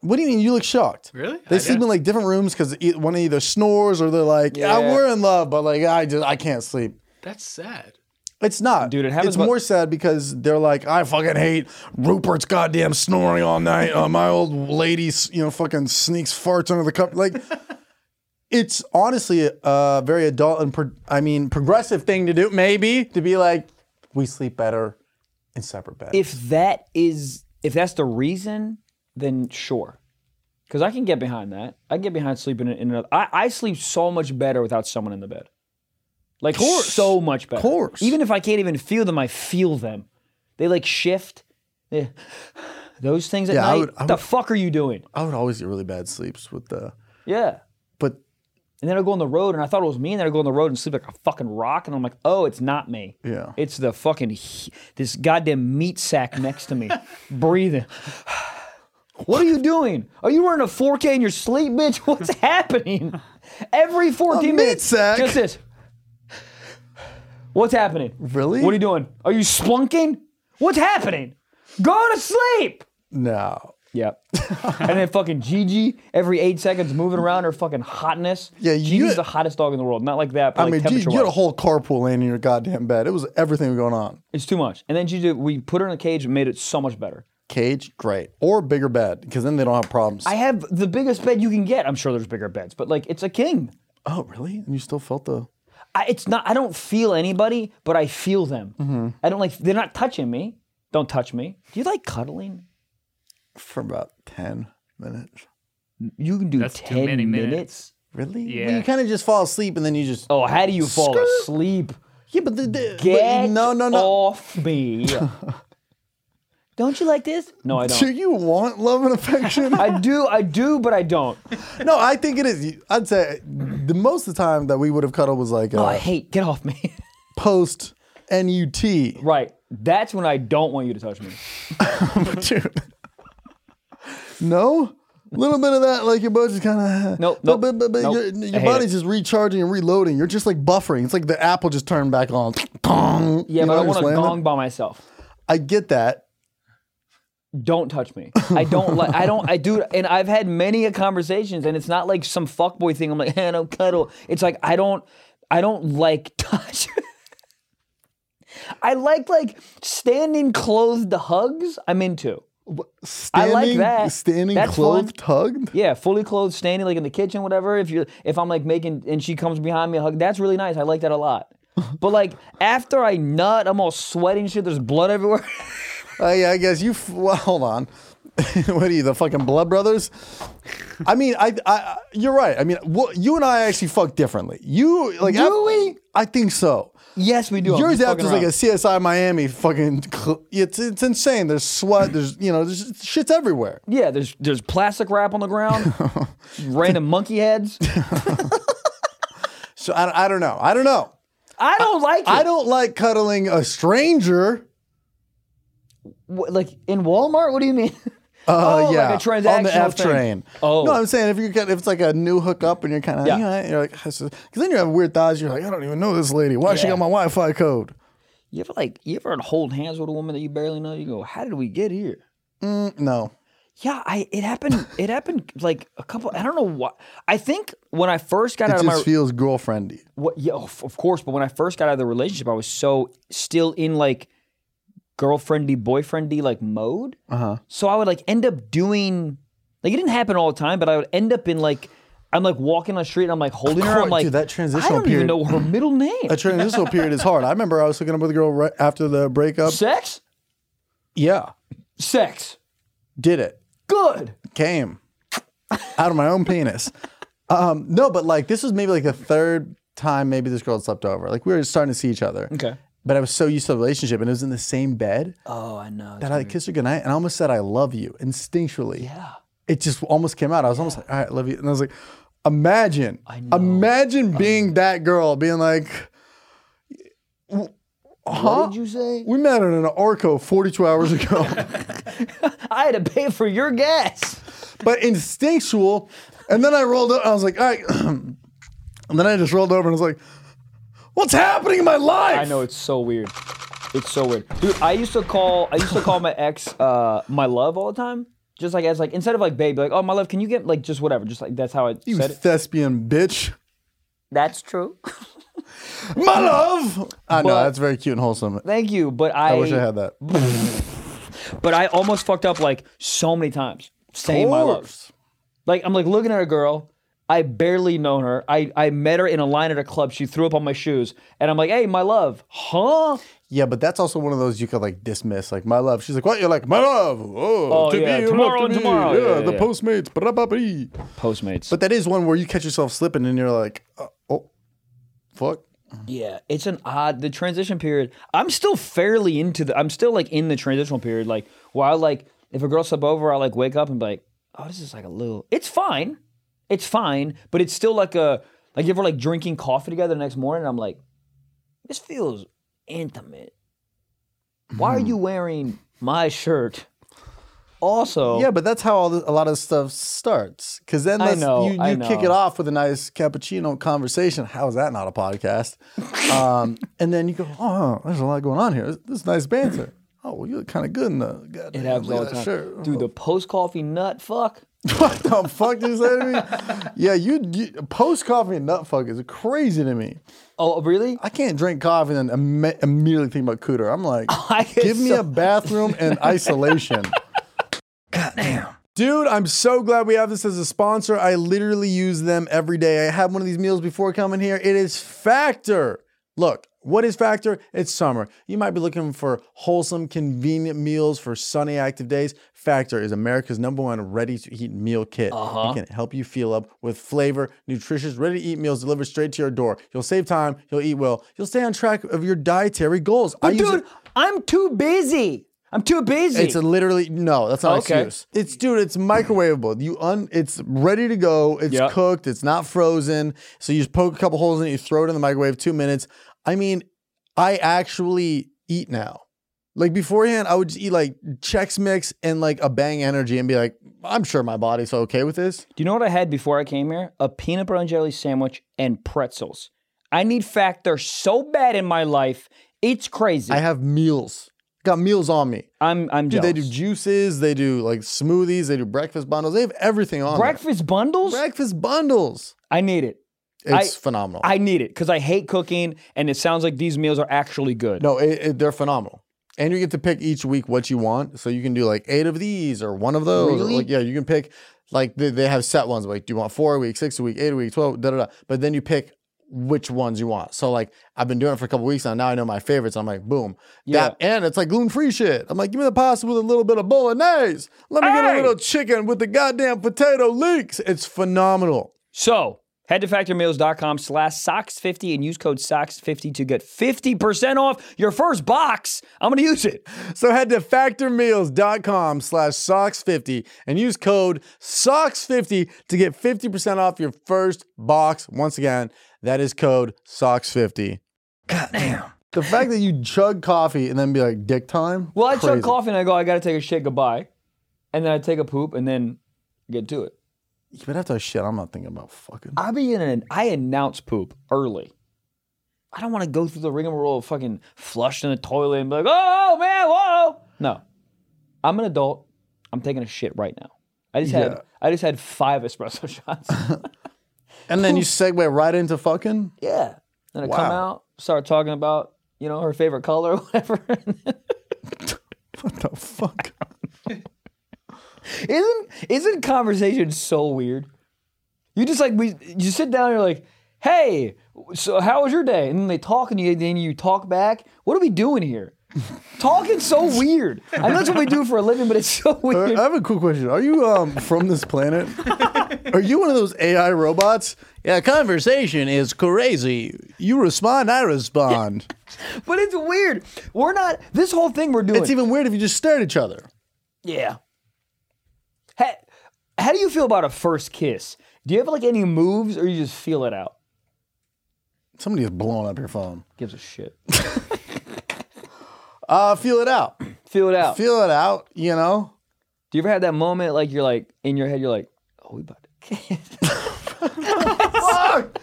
What do you mean? You look shocked. Really? They I sleep guess. in like different rooms because one either snores or they're like, yeah, Yeah. we're in love, but like I just I can't sleep. That's sad. It's not, Dude, it happens It's about- more sad because they're like, I fucking hate Rupert's goddamn snoring all night. Uh, my old lady, s- you know, fucking sneaks farts under the cup. [laughs] Like, it's honestly a very adult and pro- I mean progressive thing to do. Maybe to be like, we sleep better in separate beds. If that is, if that's the reason, then sure. Because I can get behind that. I can get behind sleeping in, in another. I, I sleep so much better without someone in the bed. Like Course. so much better. Course. Even if I can't even feel them, I feel them. They like shift. Yeah. [sighs] Those things at Yeah, I night. would- I the would- fuck are you doing? I would always get really bad sleeps with the, Yeah. but And then I go on the road and I thought it was me, and then I go on the road and sleep like a fucking rock, and I'm like, oh, it's not me. Yeah. It's the fucking he- this goddamn meat sack next to [laughs] me breathing. what are you doing? Are you wearing a 4K in your sleep, bitch? [laughs] What's happening? Every 14 A meat minutes. sack? Just this. What's happening? Really? What are you doing? Are you splunking? What's happening? Go to sleep. no. Yeah. [laughs] and then fucking Gigi, every eight seconds moving around her fucking hotness. Yeah, you- Gigi's the hottest dog in the world. Not like that, but I like mean, you, temperature you had a whole carpool laying in your goddamn bed. It was everything going on. It's too much. And then Gigi, we put her in a cage and made it so much better. cage, great. Or bigger bed, because then they don't have problems. I have the biggest bed you can get. I'm sure there's bigger beds, but like it's a king. oh, really? And you still felt the. I, it's not. I don't feel anybody, but I feel them. Mm-hmm. I don't like. They're not touching me. Don't touch me. Do you like cuddling? For about 10 minutes. You can do That's too ten many minutes. Really? Yeah. Well, you kind of just fall asleep and then you just. Oh, how do you fall Skirt. asleep? Yeah, but the. the but Get no, no, no. off me. [laughs] don't you like this? No, I [laughs] Do don't. you want love and [laughs] affection? I do, I do, but I don't. no, I think it is. I'd say the most of the time that we would have cuddled was like uh, Oh, I hate. Get off me. [laughs] post NUT. right. That's when I don't want you to touch me. But dude, [laughs] no, a little bit of that, like your body's kind of Nope, no, nope, but, but, but nope. your, I your hate body's it. just recharging and reloading. You're just like buffering. It's like the apple just turned back on. Gong. Yeah, You but know, I just want to landed. gong by myself. I get that. don't touch me. I don't like. I don't. I do. And I've had many a conversations, and it's not like some fuckboy thing. I'm like, hey, I don't cuddle. It's like I don't. I don't like [laughs] touch. I like like standing clothed hugs. I'm into. Standing, that. Standing That's clothed, hugged. Yeah, fully clothed, standing like in the kitchen, whatever. If you if I'm like making and she comes behind me a hug, that's really nice. I like that a [laughs] lot. But like after I nut, I'm all sweating shit. There's blood everywhere. [laughs] Uh, yeah, I guess you. F- well, hold on. [laughs] what are you, the fucking Blood Brothers? I mean, I, I, I- you're right. I mean, wha- you and I actually fuck differently. You like Do we? I think so. yes, we do. I'm Yours just app is fucking like a around. CSI Miami fucking. Cl- it's it's insane. There's sweat. There's you know there's shits everywhere. Yeah, there's there's plastic wrap on the [laughs] ground, random monkey heads. So I, I don't know. I don't know. I don't like it. I don't like cuddling a stranger. Wh- like in Walmart. What do you [laughs] mean? Uh, Oh, like yeah, a transactional on the F thing. train. Oh. no, I'm saying if you get, if it's like a new hookup and you're kind of Yeah. you know, you're like because then you have weird thoughts. You're like I don't even know this lady. Why she Yeah. got my Wi-Fi code? You ever like you ever hold hands with a woman that you barely know? You go, how did we get here? Mm, no, Yeah, I it happened. It happened like a couple. I don't know why. I think when I first got it out just of my feels girlfriendy. what, yeah, of of course. But when I first got out of the relationship, I was so still in like girlfriendy, boyfriendy like mode. Uh huh. So I would like end up doing like it didn't happen all the time, but I would end up in like I'm like walking on the street and I'm like holding her. I'm course, like dude, that transitional I don't even period- know [laughs] her middle name. A transitional period is hard. I remember I was hooking up with a girl right after the breakup. Sex, Yeah, sex, did it. good. came out of my own penis. Um, no, but like this was maybe like the third time maybe this girl had slept over. Like we were starting to see each other. Okay. But I was so used to the relationship and it was in the same bed Oh, I know. that I kissed her goodnight and I almost said I love you instinctually. yeah. It just almost came out. I was almost like, all right, love you. And I was like, imagine. know. Imagine being that girl, being like, huh? What did you say? We met in an Arco 42 hours [laughs] ago. I had to pay for your gas. but instinctual. And then I rolled up. I was like, all right. [clears throat] and then I just rolled over and was like, what's happening in my life? I know it's so weird. It's so weird, dude. I used to call I used to call my ex uh, my love all the time, just like as like instead of like babe, like oh my love, can you get like just whatever, just like that's how I You said it. thespian bitch. That's true. My love. I know. But- That's very cute and wholesome. [laughs] Thank you, but I, I wish I had that. But I almost fucked up like so many times saying my love. Course. Like I'm like looking at a girl. I barely know her. I, I met her in a line at a club. She threw up on my shoes, and I'm like, "Hey, my love, huh?" Yeah, but that's also one of those you could like dismiss. Like, my love. She's like, what? You're like, my love. Oh, Oh, to yeah, be or not tomorrow to and be. tomorrow. Yeah, Yeah, the yeah. Postmates. Ba-da-ba-ba-dee. Postmates. But that is one where you catch yourself slipping and you're like, oh, oh fuck. yeah, it's an odd the transition period. I'm still fairly into the. I'm still like in the transitional period. Like where I like if a girl slept over, I like wake up and be like, "Oh, this is like a little. It's fine, it's fine." But it's still like a like you ever like drinking coffee together the next morning. And I'm like, this feels intimate. Why are Hmm. you wearing my shirt? Also, Yeah, but that's how all the, a lot of stuff starts. Because then I that's, know, you, you I kick it know. off with a nice cappuccino conversation. How is that not [laughs] a podcast? um, and then you go, oh, there's a lot going on here. This, this is nice banter. Oh, well, you look kind of good in the goddamn it happens look all at the time. that shirt. Dude, the post coffee nut fuck. [laughs] what the fuck did you say to me? Yeah, you, you post coffee and nut fuck is crazy to me. Oh, really? I can't drink coffee [laughs] and then imme- immediately think about cooter. I'm like, I get give me so- a bathroom and isolation. Dude, I'm so glad we have this as a sponsor. I literally use them every day. I had one of these meals before coming here. It is Factor. Look, what is Factor? It's summer. You might be looking for wholesome, convenient meals for sunny, active days. Factor is America's number one ready to eat meal kit. Uh-huh. It can help you feel up with flavor, nutritious, ready to eat meals delivered straight to your door. You'll save time, you'll eat well, you'll stay on track of your dietary goals. I use Dude, it- I'm too busy. I'm too busy. it's a literally no. That's not Okay. an excuse. It's dude. It's microwavable. You un. It's ready to go. It's Yep. cooked. It's not frozen. So you just poke a couple holes in it. You throw it in the microwave. Two minutes. I mean, I actually eat now. Like beforehand, I would just eat like Chex Mix and like a Bang Energy and be like, I'm sure my body's okay with this. Do you know what I had before I came here? A peanut butter and jelly sandwich and pretzels. I need Factor so bad in my life. It's crazy. I have meals. Got meals on me. I'm I'm Dude, jealous. they do juices. They do like smoothies. They do breakfast bundles. They have everything on there. breakfast bundles. Breakfast bundles. I need it. It's phenomenal. I need it because I hate cooking, and it sounds like these meals are actually good. No, it, it, they're phenomenal. And you get to pick each week what you want. So you can do like eight of these or one of those. or, Really? like, yeah, you can pick, like, they, they have set ones. Like, do you want four a week, six a week, eight a week, 12, da da da. But then you pick which ones you want. So, like, I've been doing it for a couple weeks now. Now I know my favorites. I'm like, boom. Yeah. That, and it's like gluten free shit. I'm like, give me the pasta with a little bit of bolognese. Let me get a Hey! little chicken with the goddamn potato leeks. It's phenomenal. So head to factormeals.com slash socks50 and use code socks50 to get 50% off your first box. I'm going to use it. So head to factormeals.com slash socks50 and use code socks50 to get 50% off your first box. Once again, that is code socks50. Damn. The fact that you chug coffee and then be like, dick time? Well, I chug Crazy. coffee and I go, I got to take a shit, goodbye. And then I take a poop and then get to it. But after I shit, I'm not thinking about fucking. I be in an, I announce poop early. I don't want to go through the rigmarole of fucking flushing the toilet and be like, oh, man, whoa. No. I'm an adult. I'm taking a shit right now. I just had Yeah. I just had five espresso [laughs] shots. And then you segue right into fucking? Yeah. Then I come Wow. out, start talking about, you know, her favorite color or whatever. [laughs] What the fuck? isn't isn't conversation so weird? You just like we you sit down and you're like, hey, so how was your day? And then they talk and you then you talk back. What are we doing here? [laughs] Talking's so weird. I know that's what we do for a living, but it's [laughs] so I weird. have a cool question. Are you um, from this [laughs] planet? Are you one of those AI robots? Yeah, conversation is crazy. You respond, I respond. But it's weird. We're not this whole thing we're doing. It's e-, even weird if you just stare at each other. Yeah. How, how do you feel about a first kiss? Do you have like any moves or you just feel it out? Somebody is blowing up your phone. Gives a shit. [laughs] Uh, feel it out. Feel it out. Feel it out, you know? Do you ever have that moment like you're like in your head you're like, oh we about to kiss. Fuck!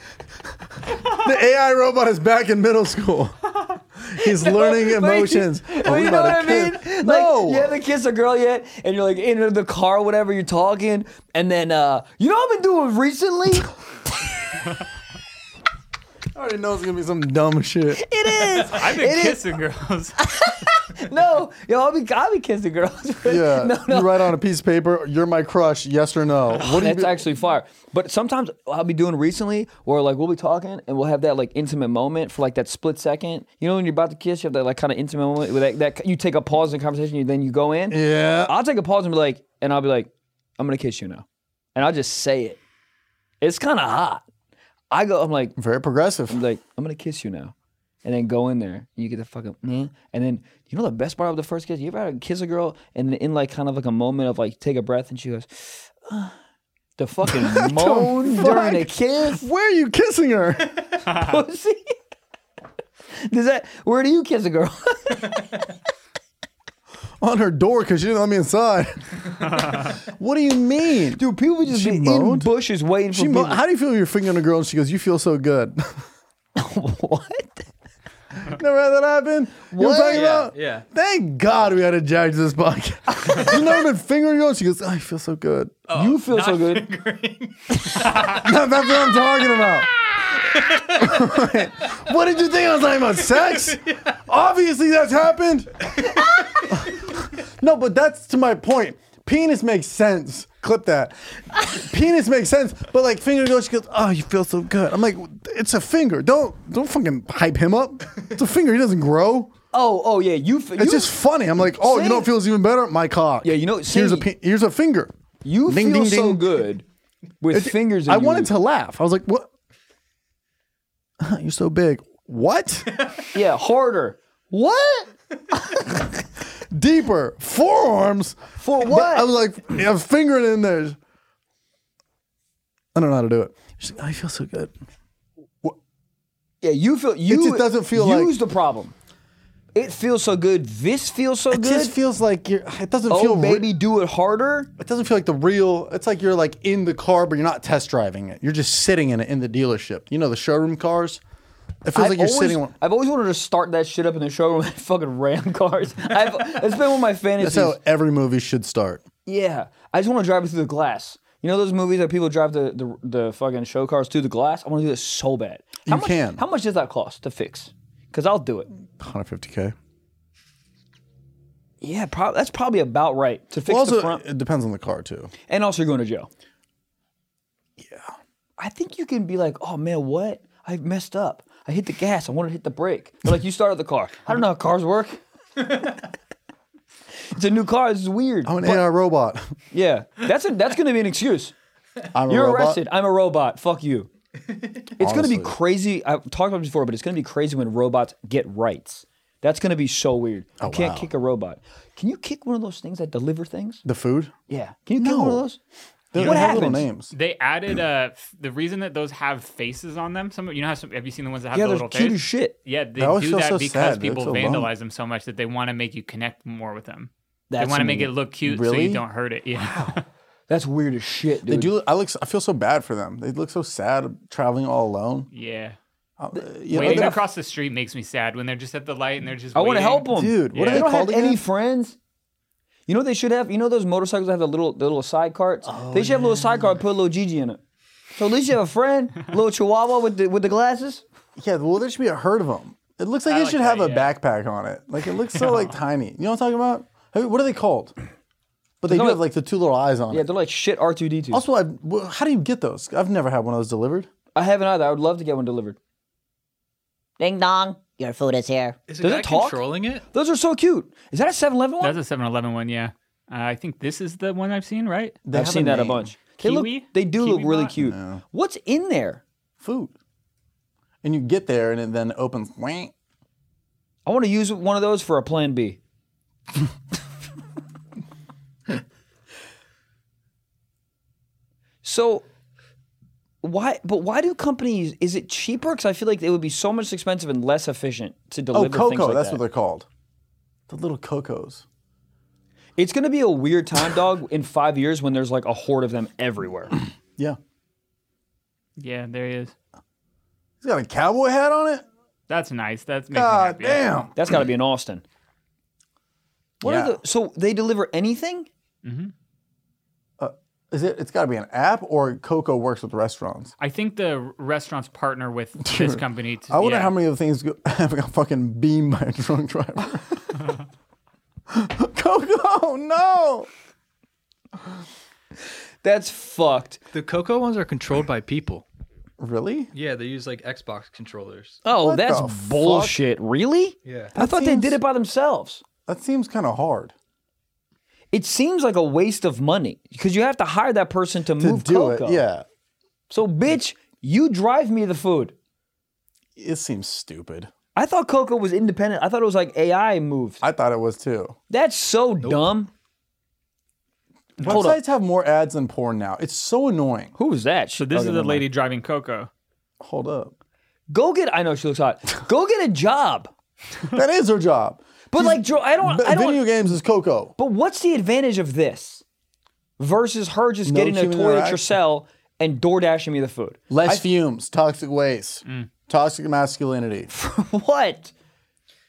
the AI robot is back in middle school. He's learning emotions. Oh, But we you know about what I to mean? kiss. Like No. you haven't kissed a girl yet, and you're like in the car, whatever, you're talking, and then uh, you know what I've been doing recently? I already know it's gonna be some dumb shit. [laughs] [laughs] it is. I've been It is- kissing girls. [laughs] [laughs] No, yo, I'll be I'll be kissing girls. [laughs] Yeah. no, no. You write on a piece of paper, you're my crush, yes or no. What do you That's be- actually fire. But sometimes I'll be doing recently where like we'll be talking and we'll have that like intimate moment for like that split second. You know when you're about to kiss, you have that like kind of intimate moment with that, that you take a pause in the conversation, you then you go in. Yeah. I'll take a pause and be like, and I'll be like, I'm gonna kiss you now, and I'll just say it. It's kind of hot. I go, I'm like, [laughs] Very progressive. like I'm gonna kiss you now, and then go in there and you get the fucking mm, and then you know the best part of the first kiss. You ever had to kiss a girl and in like kind of like a moment of like take a breath and she goes, "Ah," the [laughs] fucking moan during a fuck? [laughs] kiss. Where are you kissing her? Pussy. Does that? Where do you kiss a girl? [laughs] on her door because she didn't let me [laughs] inside. what do you mean? Dude, people would just [laughs] She be [laughs] in moaned? bushes waiting for She people. mo- how do you feel when you're fingering on a girl and she goes, You feel so good? [laughs] [laughs] what? Never had that happen? You know what I'm talking Yeah, about? yeah. Thank God we had a judge this [laughs] podcast. you never been fingering girls? She goes, "Oh, I feel so good. you feel so good. [laughs] That- [laughs] That's what I'm talking about. [laughs] what did you think I was talking about? Sex? Obviously, that's happened. no, but that's to my point. Penis makes sense. Clip that. Penis makes sense, but like finger goes. She goes, oh, you feel so good. I'm like, it's a finger. Don't don't fucking hype him up. It's a finger. He doesn't grow. Oh, oh yeah, you. f- you It's just funny. I'm like, oh, you know what feels even better? My cock. Yeah, you know, here's a see- pe- here's a finger. you Ding, feel ding, so ding. good with fingers. I in wanted you. to laugh. I was like, what? [laughs] You're so big. [laughs] What? to. Yeah, harder. What? Deeper forearms. For But what? I was like, yeah, finger it in there. I don't know how to do it. She's like, oh, I feel so good. yeah, you feel. You just doesn't feel use like- the problem. It feels so good. This feels so It good. just feels like you're. It doesn't oh feel. re- baby, do it harder. it doesn't feel like the real. It's like you're like in the car, but you're not test driving it. You're just sitting in it in the dealership. You know the showroom cars. It feels like you're always, sitting. on- I've always wanted to start that shit up in the showroom and [laughs] fucking ram cars. I've, it's been one of my fantasies. That's [laughs] how every movie should start. yeah, I just want to drive it through the glass. You know those movies that people drive the, the, the fucking show cars through the glass? I want to do this so bad. How You much, can. How much does that cost to fix? Because I'll do it. 150k. Yeah, prob- that's probably about right to fix Well, the also, uh, front. it depends on the car too. And also, you're going to jail. Yeah. I think you can be like, oh man, what? I messed up. I hit the gas. I wanted to hit the brake. They're like, you started the car. I don't know how cars work. [laughs] it's a new car. This is weird. I'm an AI robot. Yeah, that's a, that's going to be an excuse. I'm a You're robot. arrested. I'm a robot. Fuck [laughs] you. It's going to be Honestly. crazy. I've talked about it before, but it's going to be crazy when robots get rights. That's going to be so weird. You can't Oh, wow. kick a robot. Can you kick one of those things that deliver things? The food. Yeah. Can you kick one of No. those? They What have little happens? names. They added uh f- the reason that those have faces on them. Some you know how some, have you seen the ones that have Yeah, the they're little cute face? as shit. Yeah, they I always do feel that so because sad, dude. people So alone. vandalize them so much that they want to make you connect more with them. That's they want to some- make it look cute so Really? you don't hurt it. Yeah. That's weird as shit, dude. They do. I look. I feel so bad for them. They look so sad traveling all alone. [laughs] Uh, yeah. You know, Waiting they're- across the street makes me sad when they're just at the light and they're just I want to help them. them, Dude, what are They they don't have called again? any friends. You know what they should have? You know those motorcycles that have the little the little side carts? they should have a little side cart and put a little Gigi in it. So at least you have a friend, little Chihuahua with the with the glasses. yeah. Well, there should be a herd of them. It looks like I it like should that, have a yeah. backpack on it. Like it looks so like tiny. You know what I'm talking about? Hey, What are they called? But they do called- have like the two little eyes on Yeah, it. they're like shit R two D two. Also, I, wh- how do you get those? I've never had one of those delivered. I haven't either. I would love to get one delivered. Ding dong, your food is here. Is it Does guy it talk? controlling it? Those are so cute. Is that a 7-Eleven one? That's a 7-Eleven one, yeah. Uh, I think this is the one I've seen, right? They I've have seen that a name. bunch. They look Kiwi? they do look Kiwi really bot? cute. What's in there? Food. And you get there, and it then opens. Wah. I want to use one of those for a plan B. so why but why do companies is it cheaper cuz I feel like it would be so much expensive and less efficient to Oh, deliver things cocoa. like that's that. what they're called. The little cocos. it's going to be a weird time dog in 5 years when there's like a horde of them everywhere. Yeah. Yeah, there he is. He's got a cowboy hat on it. That's nice. That's makes God me happy. Yeah. damn. That's got to be in Austin. What Yeah. are the, so they deliver anything? Is it? It's got to be an app, or Coco works with restaurants. I think the r- restaurants partner with this company. To, I wonder yeah. how many of the things go, [laughs] having a fucking beam by a drunk driver. Coco, no. That's fucked. The Coco ones are controlled by people. Really? Yeah, they use like Xbox controllers. Oh, What that's the fuck? bullshit. Really? Yeah. I thought they seems- did it by themselves. That seems kind of hard It seems like a waste of money because you have to hire that person to, to move do cocoa. it. Yeah, So, bitch, you drive me the food. it seems stupid. I thought cocoa was independent. I thought it was like AI moved. I thought it was too. That's so dumb. Hold up. Websites have more ads than porn now. It's so annoying. Who was that? So this is the lady driving Coco. Hold up. Go get. I know she looks [laughs] hot. Go get a job. [laughs] that is her job. But like, Joe, I don't. But I don't. video games is Coco. But what's the advantage of this versus her just No getting a human toilet interaction. cell and door dashing me the food? [laughs] Less fumes, toxic waste, toxic masculinity. what?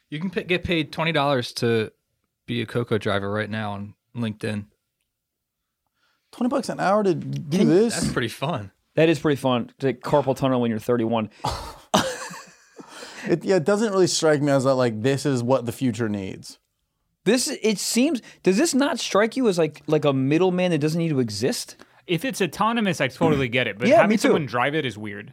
You can p- get paid twenty dollars to be a Coco driver right now on LinkedIn. Twenty bucks an hour to do this. That's pretty fun. That is pretty fun to get carpal tunnel when you're 31. It, yeah, it doesn't really strike me as that like this is what the future needs. This it seems. Does this not strike you as like like a middleman that doesn't need to exist? If it's autonomous, I totally get it. But Yeah, having me too. someone drive it is weird.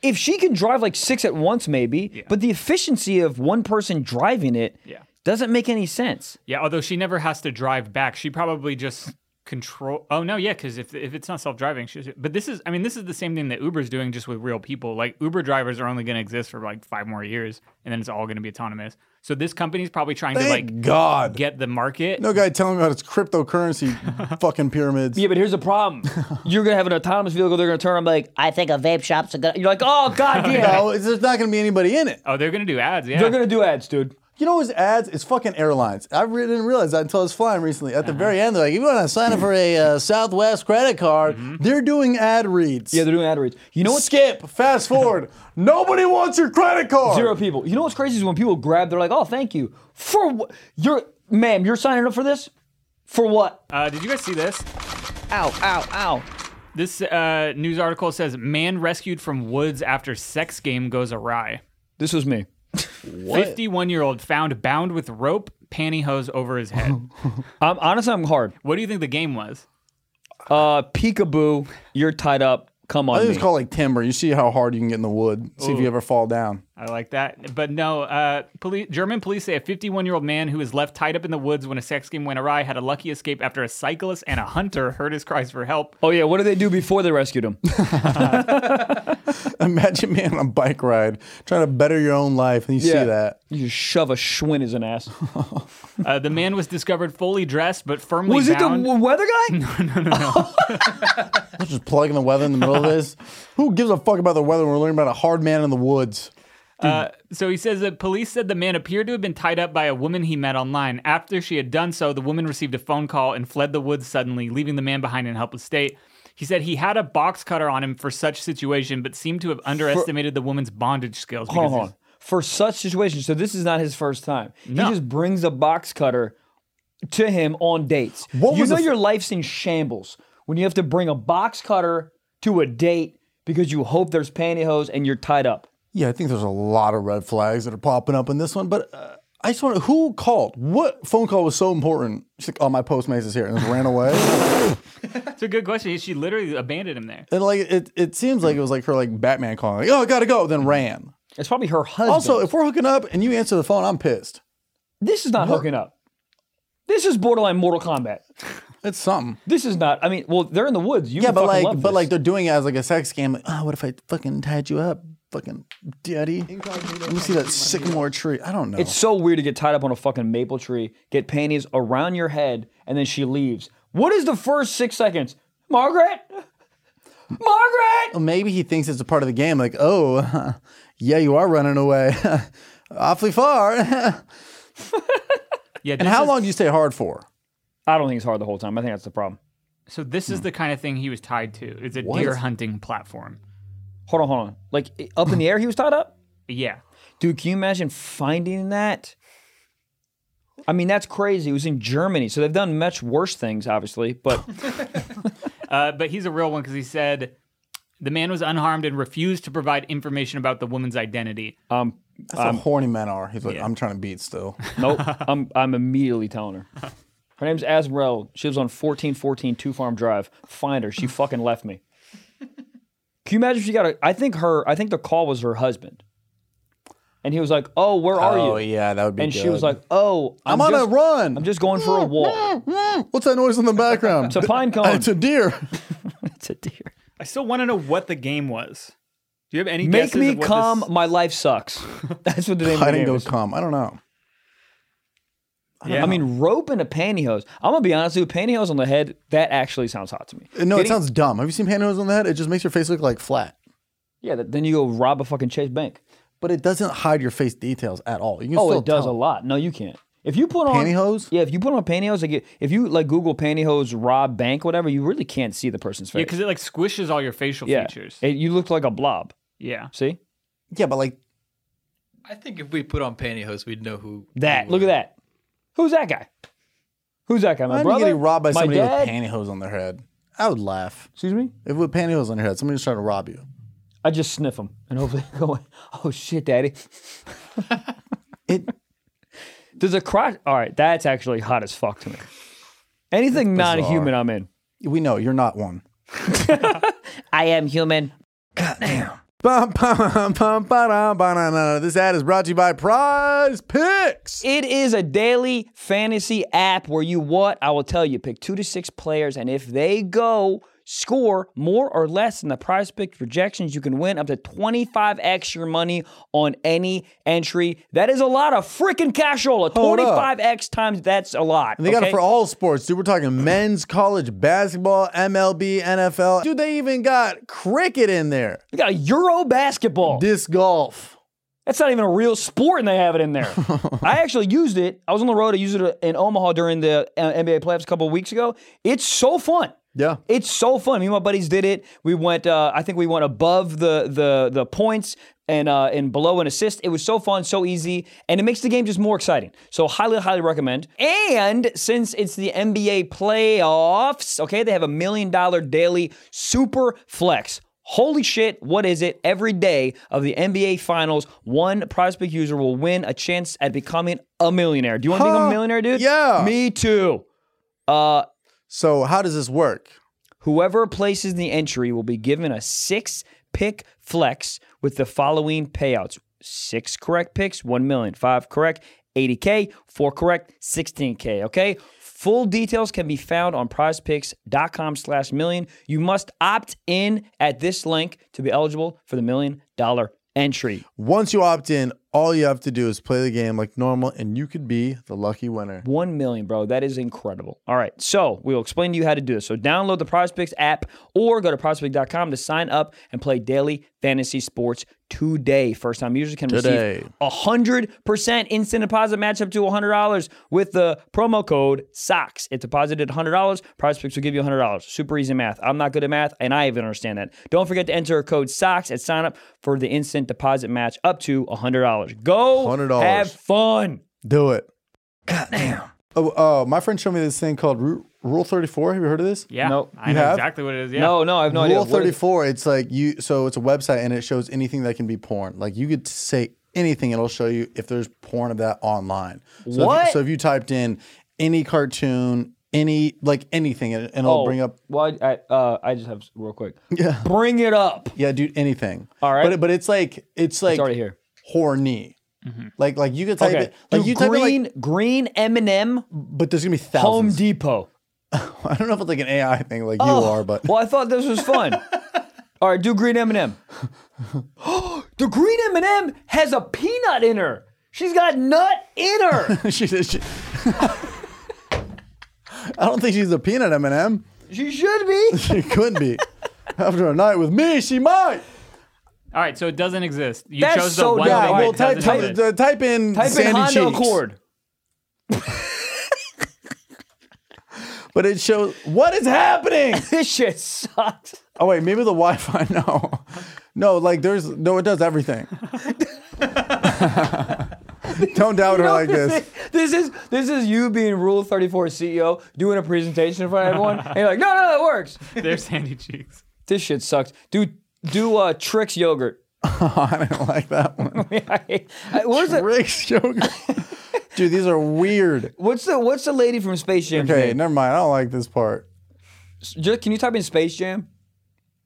If she can drive like six at once, maybe, but the efficiency of one person driving it Yeah. doesn't make any sense. Yeah, although she never has to drive back. She probably just control. Oh no, yeah, because if if it's not self driving, she. But this is, I mean, this is the same thing that Uber's doing, just with real people. Like Uber drivers are only going to exist for like five more years, and then it's all going to be autonomous. So this company's probably trying to Thank like God. get the market. no guy telling me about [laughs] his cryptocurrency fucking pyramids. Yeah, but here's the problem. [laughs] You're gonna have an autonomous vehicle. They're gonna turn. I'm like, I think a vape shop's a good. you're like, oh [laughs] god damn. it." No, it's- there's not going to be anybody in it. Oh, they're going to do ads. Yeah. They're gonna do ads, dude. You know his ads? It's fucking airlines. I re- didn't realize that until I was flying recently. At the Uh-huh. very end, they're like, "If you want to sign up for a uh, Southwest credit card, they're doing ad reads." Mm-hmm. Yeah, they're doing ad reads. You know what's Skip, fast [laughs] forward. Nobody wants your credit card. zero people. You know what's crazy is when people grab, they're like, oh, thank you for what? You're, ma'am, you're signing up for this for what? Uh, did you guys see this? Ow, ow, ow. This uh, news article says man rescued from woods after sex game goes awry. This was me. 51 year old found bound with rope, pantyhose over his head. [laughs] I'm honestly, I'm hard. what do you think the game was? Uh, peekaboo, you're tied up. Come I on, think me. it's called like timber. You see how hard you can get in the wood. See if you ever fall down. I like that. But no, uh, poli- German police say a 51 year old man who was left tied up in the woods when a sex game went awry had a lucky escape after a cyclist and a hunter heard his cries for help. oh yeah, what did they do before they rescued him? Imagine being on a bike ride trying to better your own life, and you Yeah. [laughs] see that. You just shove a schwinn as an [laughs] ass. Uh, the man was discovered fully dressed but firmly was it the bound. w- weather guy? Just plugging the weather in the middle of this. Who gives a fuck about the weather when we're learning about a hard man in the woods? uh, so he says that police said the man appeared to have been tied up by a woman he met online. After she had done so, the woman received a phone call and fled the woods suddenly, leaving the man behind in a helpless state. He said he had a box cutter on him for such situation, but seemed to have underestimated the woman's bondage skills. Hold because on. For such situations, so this is not his first time. No. He just brings a box cutter to him on dates. What you was know the f- your life's in shambles when you have to bring a box cutter to a date because you hope there's pantyhose and you're tied up. Yeah, I think there's a lot of red flags that are popping up in this one, but uh, I just want who called? What phone call was so important? She's like, oh, my Postmates is here, and just ran away. It's a good question. She literally abandoned him there. and like, it, it seems like it was like her like Batman calling, like, oh, I gotta go, then ran. It's probably her husband. Also, if we're hooking up and you answer the phone, I'm pissed. this is not hooking up. This is borderline Mortal Kombat. It's something. This is not. I mean, well, they're in the woods. You Yeah, can but fucking like, love but this. like they're doing it as like a sex game. Like, oh, what if I fucking tied you up, fucking daddy? Let me see that sycamore tree. I don't know. It's so weird to get tied up on a fucking maple tree, get panties around your head, and then she leaves. What is the first six seconds? Margaret? Margaret! maybe he thinks it's a part of the game. Like, oh, [laughs] yeah, you are running away, [laughs] awfully far. [laughs] Yeah. And this how is- long do you stay hard for? I don't think it's hard the whole time. I think that's the problem. So this Hmm. is the kind of thing he was tied to. It's a deer hunting platform. Hold on, hold on. Like i- up in the air, he was tied up? Yeah. Dude, can you imagine finding that? I mean, that's crazy. It was in Germany. So they've done much worse things, obviously, but Uh, but he's a real one because he said the man was unharmed and refused to provide information about the woman's identity. um, That's how horny men are. He's like, I'm trying to beat still. [laughs] nope. I'm, I'm immediately telling her. Her name's Asmrel. She lives on 1414 Two Farm Drive. Find her. She fucking left me. Can you imagine if she got a? I think her. I think the call was her husband, and he was like, "Oh, where [laughs] are oh you?" yeah, that would be. and she good. was like, "Oh, I'm, I'm, on just, a run. I'm just going for a [laughs] walk. What's that noise in the background? It's a [laughs] pine cone. It's a deer. It's a deer. I still want to know what the game was. Do you have any Make guesses me of what come. this- My life sucks. [laughs] That's what the name of I the game didn't go is. come. I don't know. Yeah. I mean, rope and a pantyhose. I'm gonna be honest with you. Pantyhose on the head. That actually sounds hot to me. No, it Getting- sounds dumb. Have you seen pantyhose on the head? It just makes your face look like flat, Yeah. th- Then you go rob a fucking Chase Bank. but it doesn't hide your face details at all. You can Oh, still it does tell. a lot. No, you can't. If you put on Pantyhose? yeah. If you put on pantyhose, like if you like Google pantyhose, rob bank, whatever, you really can't see the person's Yeah, face. because it like squishes all your facial Yeah, features. It- you look like a blob. yeah. See Yeah, but like I think if we put on pantyhose, we'd know who. that? who Look at would- that. Who's that guy? Who's that guy? My I'm brother. getting robbed by My somebody dad? with pantyhose on their head. I would laugh Excuse me. if with pantyhose on your head. Somebody's trying to rob you. I just sniff [laughs] [laughs] him and hopefully they go. Oh shit, daddy. It Does a crotch? All right, that's actually hot as fuck to me. Anything non-human, I'm in. We know you're not one. I am human. Bum, bum, bum, ba-dum, ba-na-na. This ad is brought to you by Prize Picks. It is a daily fantasy app where you what? I will tell you, pick two to six players, and if they go score more or less than the prize pick projections, you can win up to 25x your money on any entry. That is a lot of freaking cashola. Hold up. 25x times that's a lot. And they got okay? it for all sports, dude. We're talking men's college basketball, MLB, NFL. Dude, they even got cricket in there. They got Euro basketball. Disc golf. That's not even a real sport, and they have it in [laughs] there. I actually used it. I was on the road. I used it in Omaha during the uh, NBA playoffs a couple of weeks ago. It's so fun. Yeah. It's so fun. Me and my buddies did it. We went. Uh, I think we went above the the the points and uh, and below an assist. It was so fun, so easy, and it makes the game just more exciting. So highly, highly recommend. And since it's the NBA playoffs, okay, they have a million dollar daily super flex. Holy shit, what is it? Every day of the NBA Finals, one prize pick user will win a chance at becoming a millionaire. Do you want to become Huh? a millionaire, dude? Yeah. Me too. Uh, So, how does this work? Whoever places the entry will be given a six pick flex with the following payouts six correct picks, 1 million, five correct, 80K, four correct, 16K. Okay. Full details can be found on prizepicks.com slash million. You must opt in at this link to be eligible for the million dollar entry. Once you opt in, all you have to do is play the game like normal, and you could be the lucky winner. One million, bro. That is incredible. All right. So we will explain to you how to do this. So download the Prospects app or go to prospect.com to sign up and play daily fantasy sports today. First time users can Today. receive a hundred percent instant deposit match up to hundred dollars with the promo code SOCKS. If deposited hundred dollars, Prospects will give you hundred dollars. Super easy math. I'm not good at math, and I even understand that. Don't forget to enter code SOCKS at sign up for the instant deposit match up to hundred dollars. Go $100. have fun. Do it. Goddamn. Oh, uh, my friend showed me this thing called Ru- Rule 34. Have you heard of this? Yeah, Nope. I You know have? exactly what it is. Yeah. No, no, I have no idea. Rule What is- 34, it's like you, so it's a website and it shows anything that can be porn. Like you could say anything, it'll show you if there's porn of that online. So if- What? so if you typed in any cartoon, any, like anything, and and it'll Oh, bring up, [laughs] Well, I, I, uh, I just have s- real quick. yeah, Bring it up. yeah, dude, anything. All right. But, it- but it's like, it's like It's already here. horny. Like, like you could type Mm-hmm. Okay. it, like Dude, you type it, green, like, green M&M, but there's gonna be Home thousands. Depot. [laughs] I don't know if it's like an AI thing, like you are, but Oh. Well, I thought this was fun. All right, do green M&M. [gasps] the green M&M has a peanut in her. She's got nut in [laughs] her. [laughs] she, she, I don't think she's a peanut M and M. she should be. She could be. [laughs] After a night with me, she might. All right, so it doesn't exist. You That's chose the so dumb. one that Yeah, well, it type, doesn't type, exist. uh, type in Type in Sandy Honda Cheeks. Accord. But it shows what is happening. [laughs] This shit sucks. oh wait, maybe the Wi-Fi. [laughs] No, no, like there's no. It does [laughs] everything. [laughs] don't doubt her know [laughs] like this. [laughs] This is this is you being Rule 34 CEO doing a presentation in front of everyone, and you're like, no, no, it works. There's Sandy Cheeks. This shit sucks. Do do uh tricks yogurt. [laughs] Oh, I don't like that one. I- what's the Rick's yogurt. Dude, these are [laughs] weird. what's the what's the lady from Space Jam? Okay, name? never mind. I don't like this part. Just, can you type in Space Jam?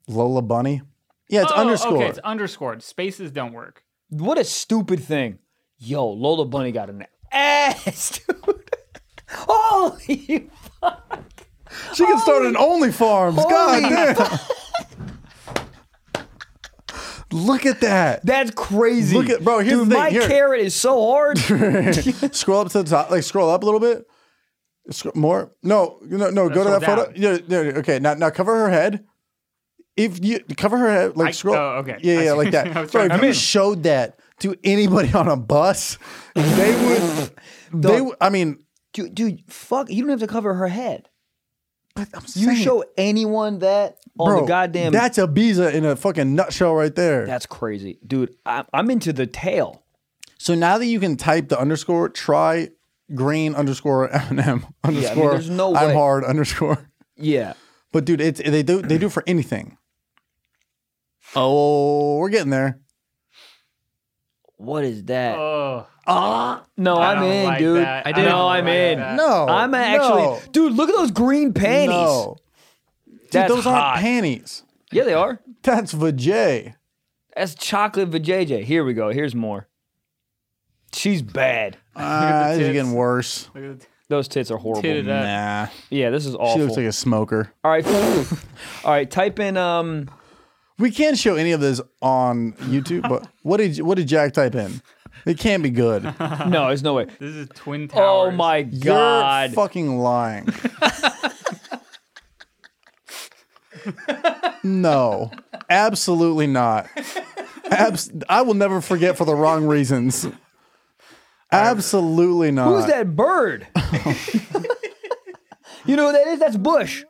Lola Bunny. Yeah, it's Oh, underscore. Okay, it's underscored. Spaces don't work. What a stupid thing. Yo, Lola Bunny got an ass, [laughs] dude. Holy, she can start an Only Farms. God damn. [laughs] Look at that. that's crazy. Look at- bro, here's dude, the thing, my here. carrot is so [laughs] hard. Scroll up to the top. Like scroll up a little bit. Sc- more. No, no, no. Go to scroll that photo. down. Yeah, yeah, okay. Now, now cover her head. If you cover her head, like I- scroll. oh, okay. Yeah, I yeah, see. like [laughs] I was that. Bro, trying if to- you showed that to anybody on a bus, they [laughs] would. They. would- I mean, dude, dude, fuck. You don't have to cover her head. but I'm You saying- show anyone that on Bro, the goddamn. That's a Ibiza in a fucking nutshell right there. that's crazy, dude. I, I'm into the tail. So now that you can type the underscore, try green underscore M underscore. there's no I'm way. hard underscore. Yeah. But dude, it's they do they do for anything. Oh, we're getting there. What is that? Oh, no, I I'm don't in, like dude. that. I I did. don't No, I'm like in. that. No, I'm actually, no, dude. Look at those green panties. no. Dude, That's those hot. aren't panties. Yeah, they are. That's [laughs] vajay. That's chocolate vajayjay. Here we go. Here's more. She's bad. Ah, the this is tits. getting worse. look at the Those tits are horrible. tit of that. Nah, Yeah, this is awful. she looks like a smoker. All right, [laughs] [laughs] all right. Type in [laughs] um. We can't show any of this on YouTube. But what did what did Jack type in? It can't be good. [laughs] No, there's no way. This is Twin Oh Towers. my god. You're fucking lying. no, absolutely not. Abs- I will never forget for the wrong reasons. Absolutely not. Who's that [laughs] bird? you know who that is? That's Bush.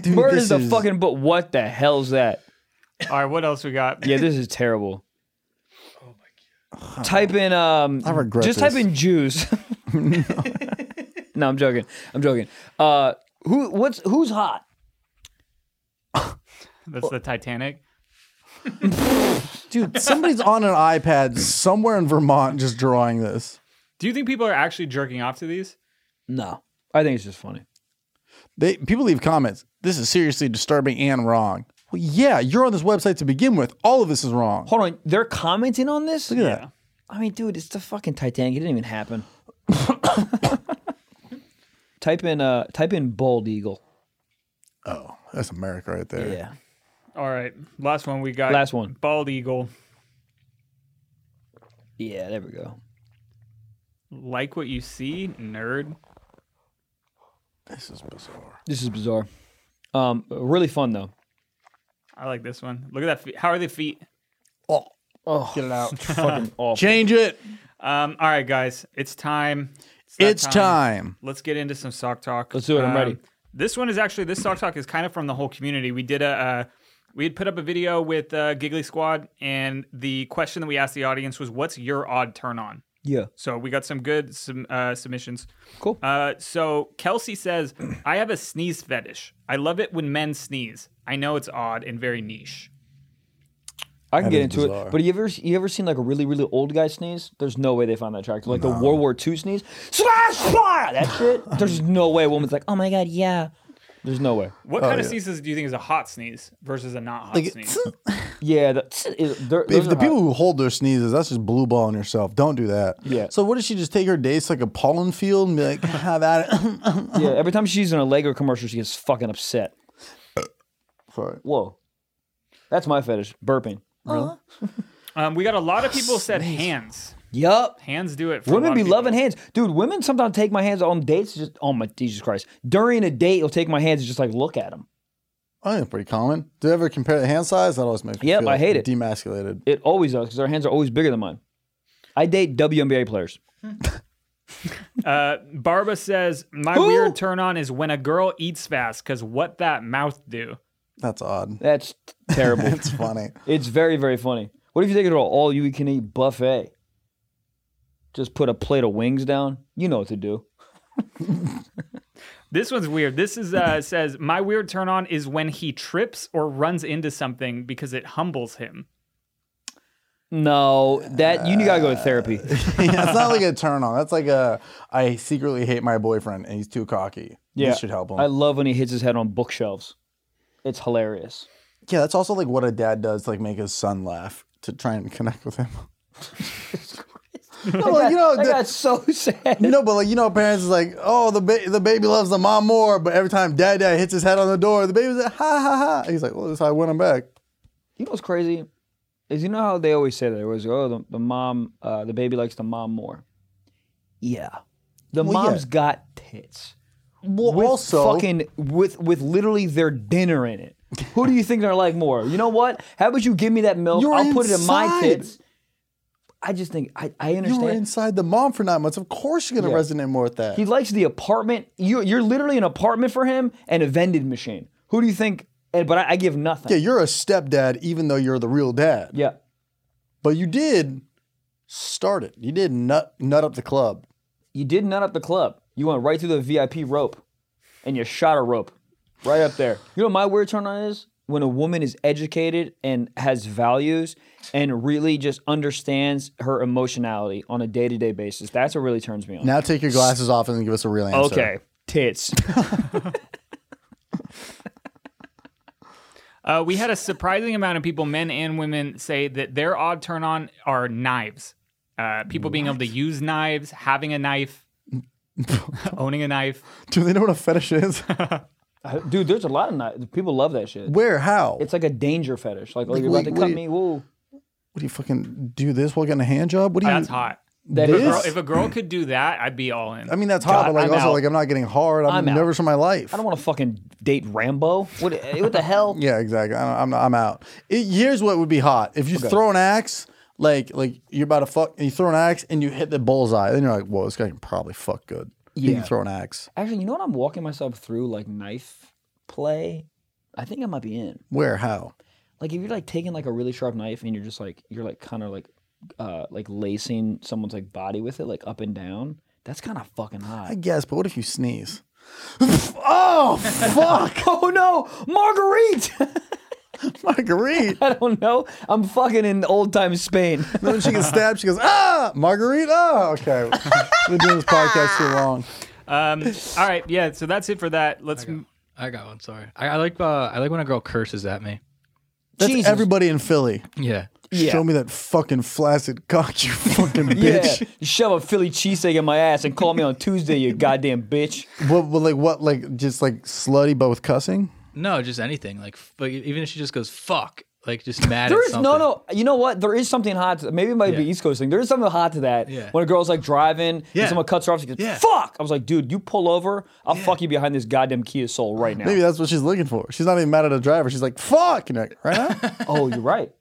Dude, Bird this is the fucking. But what the hell's that? All right, what else we got? Yeah, this is terrible. Oh my god. Type in um I regret just type this. in [laughs] Jews. [laughs] no, I'm joking. I'm joking. Uh who what's who's hot? That's the Titanic. dude. Somebody's on an iPad somewhere in Vermont just drawing this. Do you think people are actually jerking off to these? No. I think it's just funny. They people leave comments. This is seriously disturbing and wrong. Well, yeah, you're on this website to begin with. All of this is wrong. Hold on, they're commenting on this? Look at that. I mean, dude, it's the fucking Titanic. It didn't even [laughs] happen. type in uh type in bald eagle. Oh, that's America right there. Yeah. All right, last one we got. Last one. Bald eagle. Yeah, there we go. Like what you see, nerd. This is bizarre. This is bizarre. Um really fun though. I like this one. Look at that. Feet. How are the feet? Oh, get it out. [laughs] fucking awful. Change it. Um. All right, guys, it's time. that It's time. Let's get into some sock talk. Let's do it. I'm Um, ready. This one is actually this sock talk is kind of from the whole community. We did a uh, we had put up a video with uh, Giggly Squad, and the question that we asked the audience was, "What's your odd turn on?" Yeah. So we got some good some uh, submissions. Cool. Uh, so Kelsey says, "I have a sneeze fetish. I love it when men sneeze. I know it's odd and very niche." I can That get is into it. bizarre. But you ever you ever seen like a really really old guy sneeze? There's no way they find that attractive. Like the World War II sneeze, slash fire that shit. There's no way a woman's like, oh my god, yeah. There's no way. What kind of sneezes do you think is a hot sneeze versus a not hot sneeze? Yeah, the, is- they're- those if are the hot. people who hold their sneezes, that's just blue balling yourself. Don't do that. Yeah. So what does she just take her dates like a pollen field and be like, [laughs] have at it? yeah, every time she's in a Lego commercial, she gets fucking upset. Sorry. Whoa, that's my fetish, burping. Um, we got a lot of people said hands. Yup. Hands do it. For a lot Women of be people. loving hands, dude. Women sometimes take my hands on dates. Just oh my Jesus Christ! During a date, you'll take my hands and just like look at them. I think it's pretty common. Did you ever compare the hand size? That always makes me Yep, feel I hate it. demasculated. It always does because their hands are always bigger than mine. I date WNBA players. Uh, Barba says, "My Who? weird turn on is when a girl eats fast, cause what that mouth do." [laughs] That's odd. That's [laughs] terrible. It's funny. it's very, very funny. What if you take it to an all you can eat buffet? Just put a plate of wings down. You know what to do. This one's weird. This [laughs] is uh, says, "My weird turn on is when he trips or runs into something because it humbles him." No, that you gotta go to [laughs] therapy. yeah, it's not like a turn on. That's like a I secretly hate my boyfriend and he's too cocky. Yeah, You should help him. I love when he hits his head on bookshelves. It's hilarious. yeah, that's also like what a dad does to like make his son laugh to try and [laughs] connect with him. no, like, you know, That the- got so [laughs] sad. No, but like you know, parents is like, oh, the ba- the baby loves the mom more, but every time dad dad hits his head on the door, the baby's like, ha ha ha. He's like, well, that's how I win him back. You know what's crazy? Is you know how they always say that it was oh the, the mom uh, the baby likes the mom more. Yeah, the Well, yeah. mom's got tits. Well, with also, fucking with with literally their dinner in it. Who do you think they're like more? You know what? How about you give me that milk? You're I'll put it in my inside. tits. I just think I, I you were understand. inside the mom for nine months. Of course, you're gonna Yeah. resonate more with that. He likes the apartment. You you're literally an apartment for him and a vending machine. Who do you think? And but I, I give nothing. yeah, you're a stepdad, even though you're the real dad. yeah. But you did start it. You did nut nut up the club. You did nut up the club. You went right through the VIP rope, and you shot a rope right up there. You know what my weird turn on is when a woman is educated and has values and really just understands her emotionality on a day to day basis. That's what really turns me on. Now take your glasses off and give us a real answer. okay, tits. Uh, we had a surprising amount of people, men and women, say that their odd turn on are knives. Uh, people being able to use knives, having [laughs] a knife, owning a knife. [laughs] Do they know what a fetish is? Dude, there's a lot of not- people love that shit. Where? How? It's like a danger fetish. Like, oh, you're wait, about to cut wait. me. Whoa. what do you fucking do this while getting a hand job? What do you? That's hot. That If a, is- girl, if a girl could do that, I'd be all in. I mean, that's hot, God, but like I'm also out. like I'm not getting hard. I'm, I'm out. nervous for my life. I don't want to fucking date Rambo. What, what the hell? Yeah, exactly. I don't, I'm not, I'm out. It, here's what would be hot: if you throw an axe, like like you're about to fuck, and you throw an axe and you hit the bullseye, then you're like, whoa, this guy can probably fuck good. Yeah, you Yeah. can throw an axe. Actually, you know what? I'm walking myself through like knife play. I think I might be in. Where? How? Like if you're like taking like a really sharp knife and you're just like you're like kind of like uh like lacing someone's like body with it like up and down. That's kind of fucking hot. I guess. But what if you sneeze? [laughs] oh fuck, [laughs] [laughs] oh no, Marguerite! [laughs] Marguerite. I don't know. I'm fucking in old time [laughs] Spain. Then when she gets stabbed, she goes, ah, Marguerite. Oh, [laughs] okay. We've been doing this podcast too long. um, all right, yeah. So that's it for that. Let's. m- I got one. Sorry. I, I like uh, I like when a girl curses at me. That's Jesus. everybody in Philly. Yeah. Yeah. Show me that fucking flaccid [laughs] cock, you fucking yeah, bitch. you shove a Philly cheesesteak in my ass and call me on Tuesday, you goddamn [laughs] bitch. What, what, like what, like just like slutty, but with cussing. No, just anything. Like, f- like even if she just goes fuck, [laughs] like just mad. There at is something. no, no. You know what? There is something hot. To, maybe it might be Yeah. East Coast thing. There is something hot to that. Yeah. When a girl's like driving, Yeah. and someone cuts her off, she goes, Yeah. "Fuck!" I was like, "Dude, you pull over. I'll fuck you behind this goddamn Kia Soul [gasps] right now." Maybe that's what she's looking for. She's not even mad at a driver. She's like, "Fuck," and you're like, right now. oh, you're right.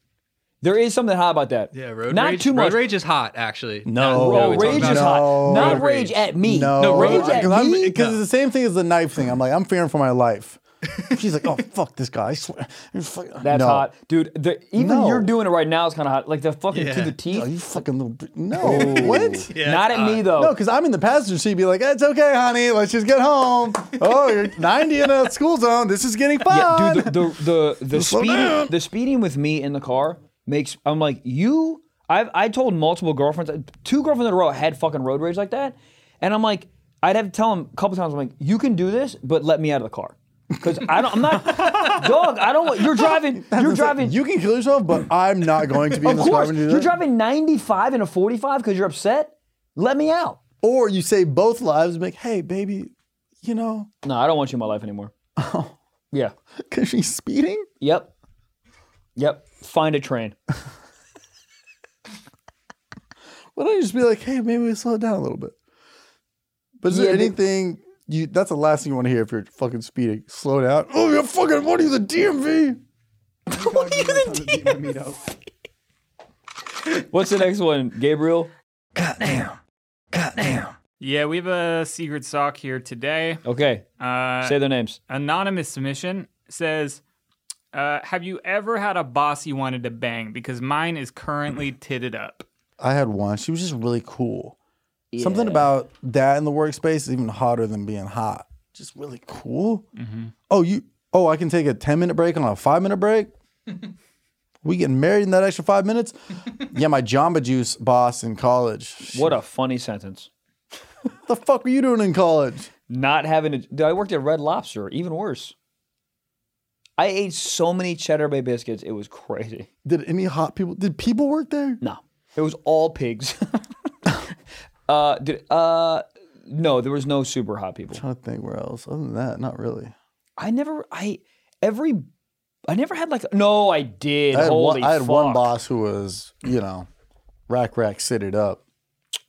There is something hot about that. Yeah, road Not rage. too much. Road rage is hot, actually. No. Now that we Oh, talk rage is about it. hot. No. Not Road rage rage. at [laughs] me. No, No, rage I'm- at because me. because it's the same thing as the knife thing. I'm like, I'm fearing for my life. [laughs] She's like, "Oh fuck, this guy." I swear. That's hot, dude. The, even No. you're doing it right now is kind of hot. Like the fucking to Yeah. the Oh, you teeth. fucking little. bit- No, what? Yeah, Uh, Not it's at me hot. though. No, because I'm in the passenger seat. Be like, it's okay, honey. Let's just get home. Oh, you're 90 in a school zone. This is getting fun. Yeah, dude, the the the, the slow down. speeding the speeding with me in the car makes I'm like you. I've I told multiple girlfriends, two girlfriends in a row had fucking road rage like that, and I'm like, I'd have to tell them a couple times. I'm like, you can do this, but let me out of the car, because I don't. I'm not dog. I don't. want You're driving. You're driving. You can kill yourself, but I'm not going to be in of this car course, when you do you're that. driving 95 in a 45 because you're upset. Let me out. Or you say both lives and be like, hey, baby, you know, [laughs] No, I don't want you in my life anymore. Yeah. because she's speeding. Yep. Yep. Find a train. Why don't you just be like, hey, maybe we slow down a little bit? But is Yeah, there but- anything you that's the last thing you want to hear if you're fucking speeding? Slow down. Oh, you're fucking what are you the [laughs] DMV? what are you the DMV? What's the next one, Gabriel? Yeah, we have a secret sock here today. Okay. Uh, Say their names. anonymous submission says, uh, "Have you ever had a boss you wanted to bang? Because mine is currently titted up." I had one. She was just really cool. Something about that in the workspace is even hotter than being hot. Just really cool. Mm-hmm. Oh, you. Oh, I can take a ten minute break on a five minute break. [laughs] we getting married in that extra five minutes? yeah, my Jamba Juice boss in college. What a funny sentence. the fuck were you doing in college? Not having to. Dude, I worked at Red Lobster, even worse. I ate so many Cheddar Bay biscuits, it was crazy. Did any hot people? Did people work there? No, it was all pigs. [laughs] uh, dude, uh, no, there was no super hot people. trying to think where else. Other than that, not really. I never, I every, I never had like. No, I did. I had, Holy one, I had one fuck. boss who was, you know, rack rack sitted up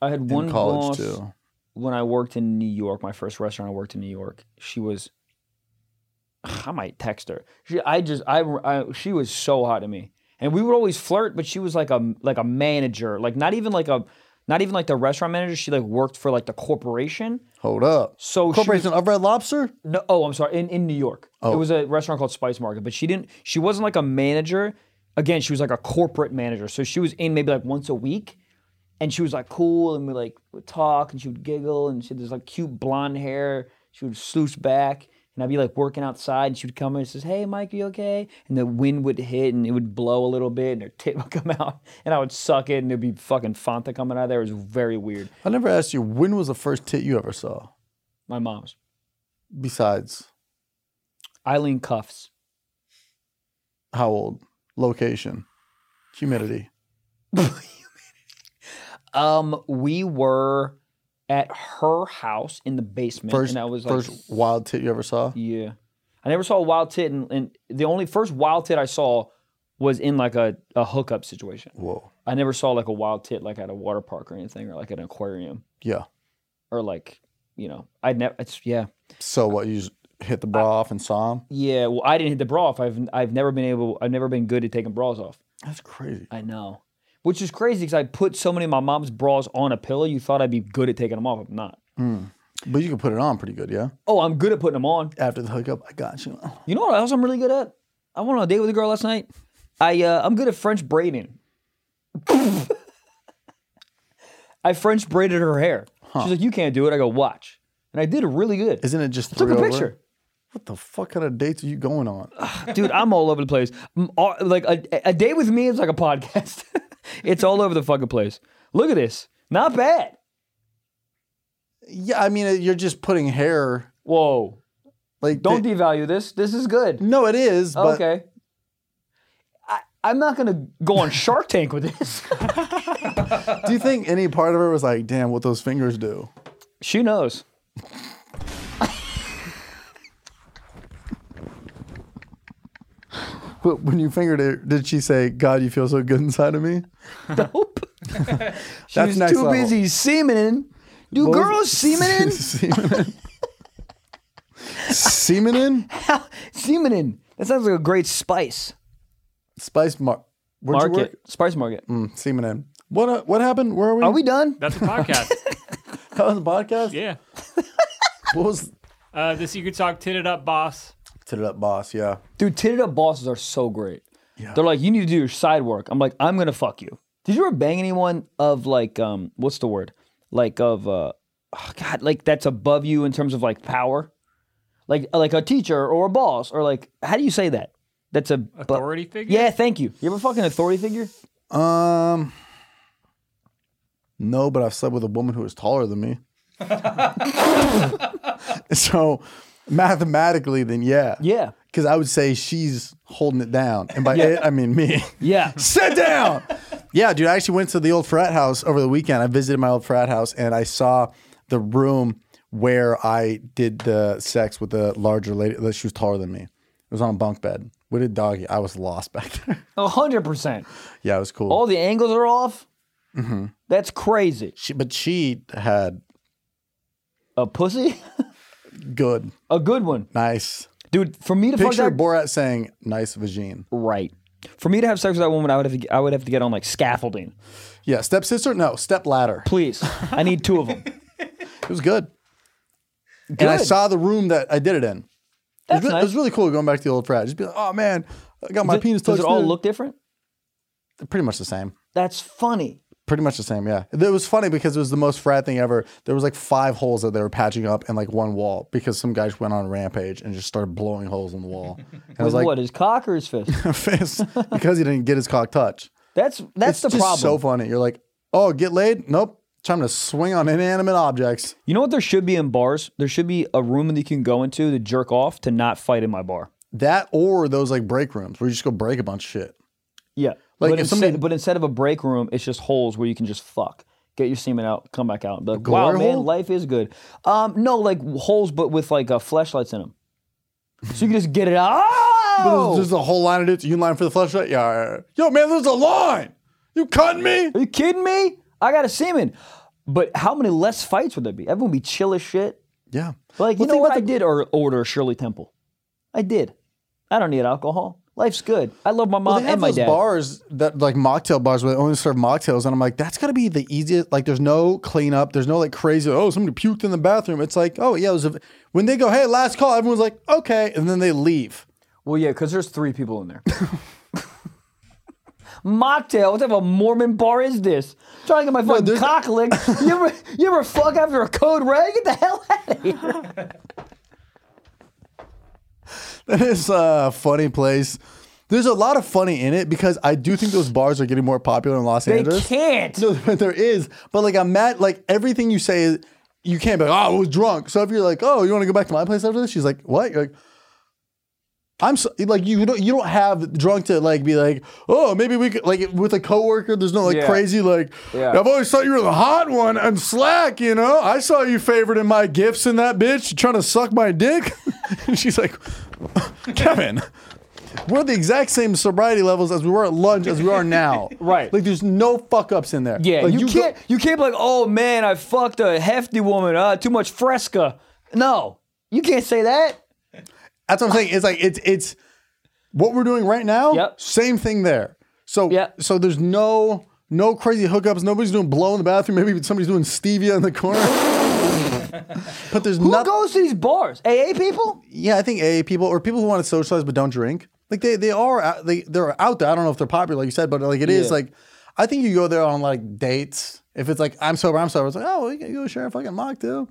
I had in one boss college too. when I worked in New York. My first restaurant I worked in New York. She was. [sighs] I might text her. She, I just, I, I, she was so hot to me, and we would always flirt. But she was like a, like a manager, like not even like a, not even like the restaurant manager. She like worked for like the corporation. Hold up. So she was- Corporation of Red Lobster. no, oh, I'm sorry. In in New York, it was a restaurant called Spice Market, but she didn't. She wasn't like a manager. Again, she was like a corporate manager, so she was in maybe like once a week, and she was like cool, and we like would talk, and she would giggle, and she had this like cute blonde hair. She would sluice back, And I'd be like working outside, and she would come in and says, "Hey, Mike, you okay?" And the wind would hit, and it would blow a little bit, and her tit [laughs] would come out, and I would suck it, and there'd be fucking Fanta coming out of there. It was very weird. I never asked you when was the first tit you ever saw. My mom's Besides, Eileen Cuffs. how old, location, humidity. Um, we were at her house in the basement, First, and I was like, first wild tit you ever saw. Yeah. I never saw a wild tit, and, and the only first wild tit I saw was in like a, a hookup situation. Whoa. I never saw like a wild tit like at a water park or anything, or like at an aquarium, Yeah. or like, you know, I'd never, it's, yeah. So what? You just hit the bra off and saw him? Yeah. Well, I didn't hit the bra off. I've, I've never been able, I've never been good at taking bras off. That's crazy. I know. Which is crazy because I put so many of my mom's bras on a pillow, you thought I'd be good at taking them off. I'm not. But you can put it on pretty good, yeah. Oh, I'm good at putting them on. After the hookup, I got you. You know what else I'm really good at? I went on a date with a girl last night. I uh, I'm good at French braiding. [laughs] I French braided her hair. She's like, "You can't do it." I go, "Watch," and I did really good. Isn't it just Took three a over? picture, What the fuck kind of dates are you going on? dude. I'm all over the place. I'm all- like a, a day with me is like a podcast. [laughs] it's all over the fucking place. Look at this. Not bad. Yeah, I mean, uh, you're just putting hair. Whoa. Like, Don't they- devalue this. This is good. no, it is. Mm, But okay. I, I'm not gonna go on Shark Tank with this. [laughs] do you think any part of her was like, damn, what those fingers do? She knows. But when you fingered it, did she say, God, you feel so good inside of me? [laughs] Nope. she That's was next too level. busy semening. Do What was girls [laughs] semening? [laughs] Semen in? Semen in? semening. That sounds like a great spice. Spice mar- Where'd you work? Market. Spice market. Mm, semen in. What, uh, what happened? Where are we? Are we done? That's a podcast. That was the podcast? yeah. What was. Uh, the Secret Talk Tit It Up Boss. Tit it up, boss. Yeah. Dude, titted up bosses are so great. They're like, you need to do your side work. I'm like, I'm gonna fuck you. Did you ever bang anyone of like um what's the word? Like of uh oh God, like that's above you in terms of like power? Like uh, like a teacher or a boss or like how do you say that? That's a bu- Authority figure? yeah, thank you. You ever fucking authority figure? Um. No, but I've slept with a woman who is taller than me. [laughs] so mathematically, then yeah. Yeah. Because I would say she's holding it down. And by it, I mean me. Yeah. Sit down. [laughs] yeah, dude. I actually went to the old frat house over the weekend. I visited my old frat house and I saw the room where I did the sex with the larger lady. She was taller than me. It was on a bunk bed. With a doggy. I was lost back [laughs] there. A hundred percent. yeah, it was cool. All the angles are off. Mm-hmm. That's crazy. She, but she had A pussy, [laughs] good, a good one, nice. dude. For me to fuck Picture that Borat saying "nice vagine." right. For me to have sex with that woman, I would have to, I would have to get on like scaffolding. Yeah, step sister. No, step ladder. Please, I need two of [laughs] them. It was good. And I Good. saw the room that I did it in. It was, That's really, nice. it was really cool going back to the old frat. Just be like, oh man, I got my Does it- penis. Does it tucked all in." look different? pretty much the same? That's funny. Pretty much the same. Yeah, it was funny because it was the most frat thing ever. There was like five holes that they were patching up and like one wall because some guys went on a rampage and just started blowing holes in [laughs] the wall. And I was With like, what his cock or his fist? [laughs] fist because he didn't get his cock touch. That's that's the it's just problem. so funny. You're like, oh, get laid? Nope. Time to swing on inanimate objects. you know what there should be in bars? There should be a room that you can go into to jerk off to not fight in my bar. That or those like break rooms where you just go break a bunch of shit. Yeah. but, Like, if instead, somebody- but instead of a break room, it's just holes where you can just fuck. Get your semen out, come back out. and be Like, wow, glory man, hole? life is good. Um, no, like holes, but with like uh, flashlights in them. So you can just get it [laughs] out. There's, Oh! there's a whole line of dudes. You in line for the flashlight? Yeah. all right. Yo, man, there's a line. You cutting me? Are you kidding me? I got a semen. But how many less fights would there be? Everyone would be chill as shit. Yeah. Like, Well, you know think what? about I did or order Shirley Temple. I did. I don't need alcohol. Life's good. I love my mom Well, they Uh, have and my those dad. bars that like mocktail bars where they only serve mocktails, and I'm like, that's gotta be the easiest. Like, there's no cleanup. There's no like crazy. Oh, somebody puked in the bathroom. It's like, oh yeah. It was a, when they go, hey, last call. Everyone's like, okay, and then they leave. [laughs] Well, yeah, because there's three people in there. Mocktail, what type of Mormon bar is this? I'm trying to get my fucking there's- cock licked. You ever, you ever fuck after a code red? Get the hell out of here. That is a funny place. There's a lot of funny in it because I do think those bars are getting more popular in Los They Angeles. can't. No, [laughs] but there is. But like I'm mad. Like everything you say, is, you can't be like, oh, I was drunk. So if you're like, oh, you want to go back to my place after this? She's like, what? You're like, I'm so, like you don't you don't have drunk to like be like oh maybe we could like with a coworker there's no like Yeah. crazy like Yeah. I've always thought you were the hot one and slack you know I saw you favored in my gifts and that bitch trying to suck my dick [laughs] and she's like Kevin we're at the exact same sobriety levels as we were at lunch as we are now [laughs] Right. like there's no fuck ups in there Yeah, Like, you, go- can't. you can't be like, oh man, I fucked a hefty woman. Uh, too much fresca. No, you can't say that. That's what I'm saying. It's like it's it's what we're doing right now. Yep. Same thing there. So Yep. so there's no no crazy hookups. Nobody's doing blow in the bathroom. Maybe somebody's doing stevia in the corner. [laughs] but there's Who not. goes to these bars? AA people? yeah, I think AA people or people who want to socialize but don't drink. Like they they are out- they they're out there. I don't know if they're popular, like you said, but like it is Yeah. like I think you go there on like dates. If it's like I'm sober, I'm sober. It's like oh, we can go share a fucking mocktail.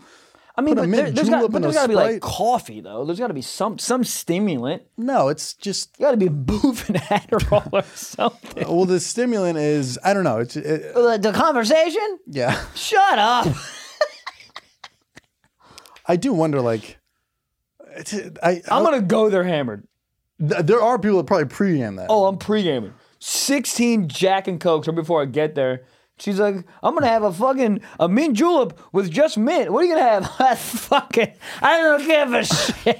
I mean, Put a but there, mint has julep got, in but a there's got to be like Sprite. coffee though. There's got to be some some stimulant. No, it's [laughs] just You got to be boofing Adderall or something. well, the stimulant is I don't know. It's it, The, the conversation? yeah. Shut up. I do wonder, like, it's, I, [laughs] I'm gonna go there hammered. th- there are people that probably pregame that. Oh, I'm pre-gaming. 16 Jack and Cokes right before I get there. She's like, I'm gonna have a fucking a mint julep with just mint. What are you gonna have? [laughs] I fucking I don't give a shit.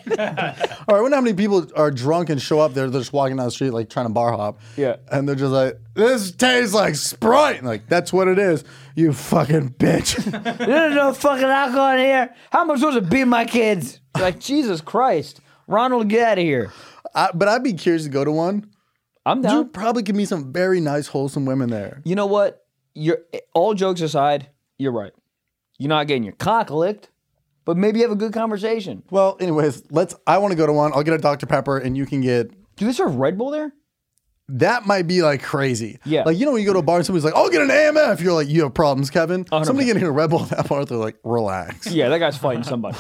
Or I wonder how many people are drunk and show up. They're, they're just walking down the street, like trying to bar hop. Yeah. And they're just like, this tastes like Sprite. And, like, that's what it is. You fucking bitch. [laughs] There's no fucking alcohol in here. How am I supposed to beat my kids? Like, Jesus Christ. Ronald, get out of here. I, but I'd be curious to go to one. I'm down. You probably give me some very nice, wholesome women there. you know what? You're all jokes aside, you're right. You're not getting your cock licked, but maybe you have a good conversation. Well, anyways, let's. I want to go to one. I'll get a Dr. Pepper, and you can get. Do they serve Red Bull there? That might be like crazy. Yeah. Like, you know, when you go to a bar and somebody's like, I'll get an AMF. You're like, you have problems, Kevin. Somebody getting a Red Bull at that bar, they're like, relax. [laughs] Yeah, that guy's fighting somebody.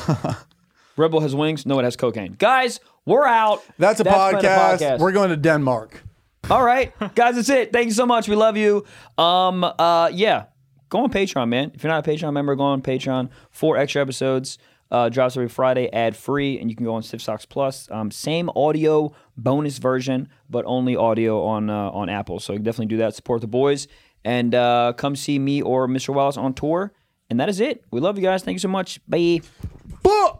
Rebel has wings. No, it has cocaine. Guys, we're out. That's a been the podcast. We're going to Denmark. All right, guys, that's it. Thank you so much. We love you. Um, uh, yeah, go on Patreon, man. If you're not a Patreon member, go on Patreon. Four extra episodes. Uh, drops every Friday, ad free, and you can go on Stiff Socks Plus. Um, same audio, bonus version, but only audio on uh, on Apple. So you can definitely do that. Support the boys and uh, come see me or Mr. Wallace on tour. And that is it. We love you guys. Thank you so much. Bye. Book!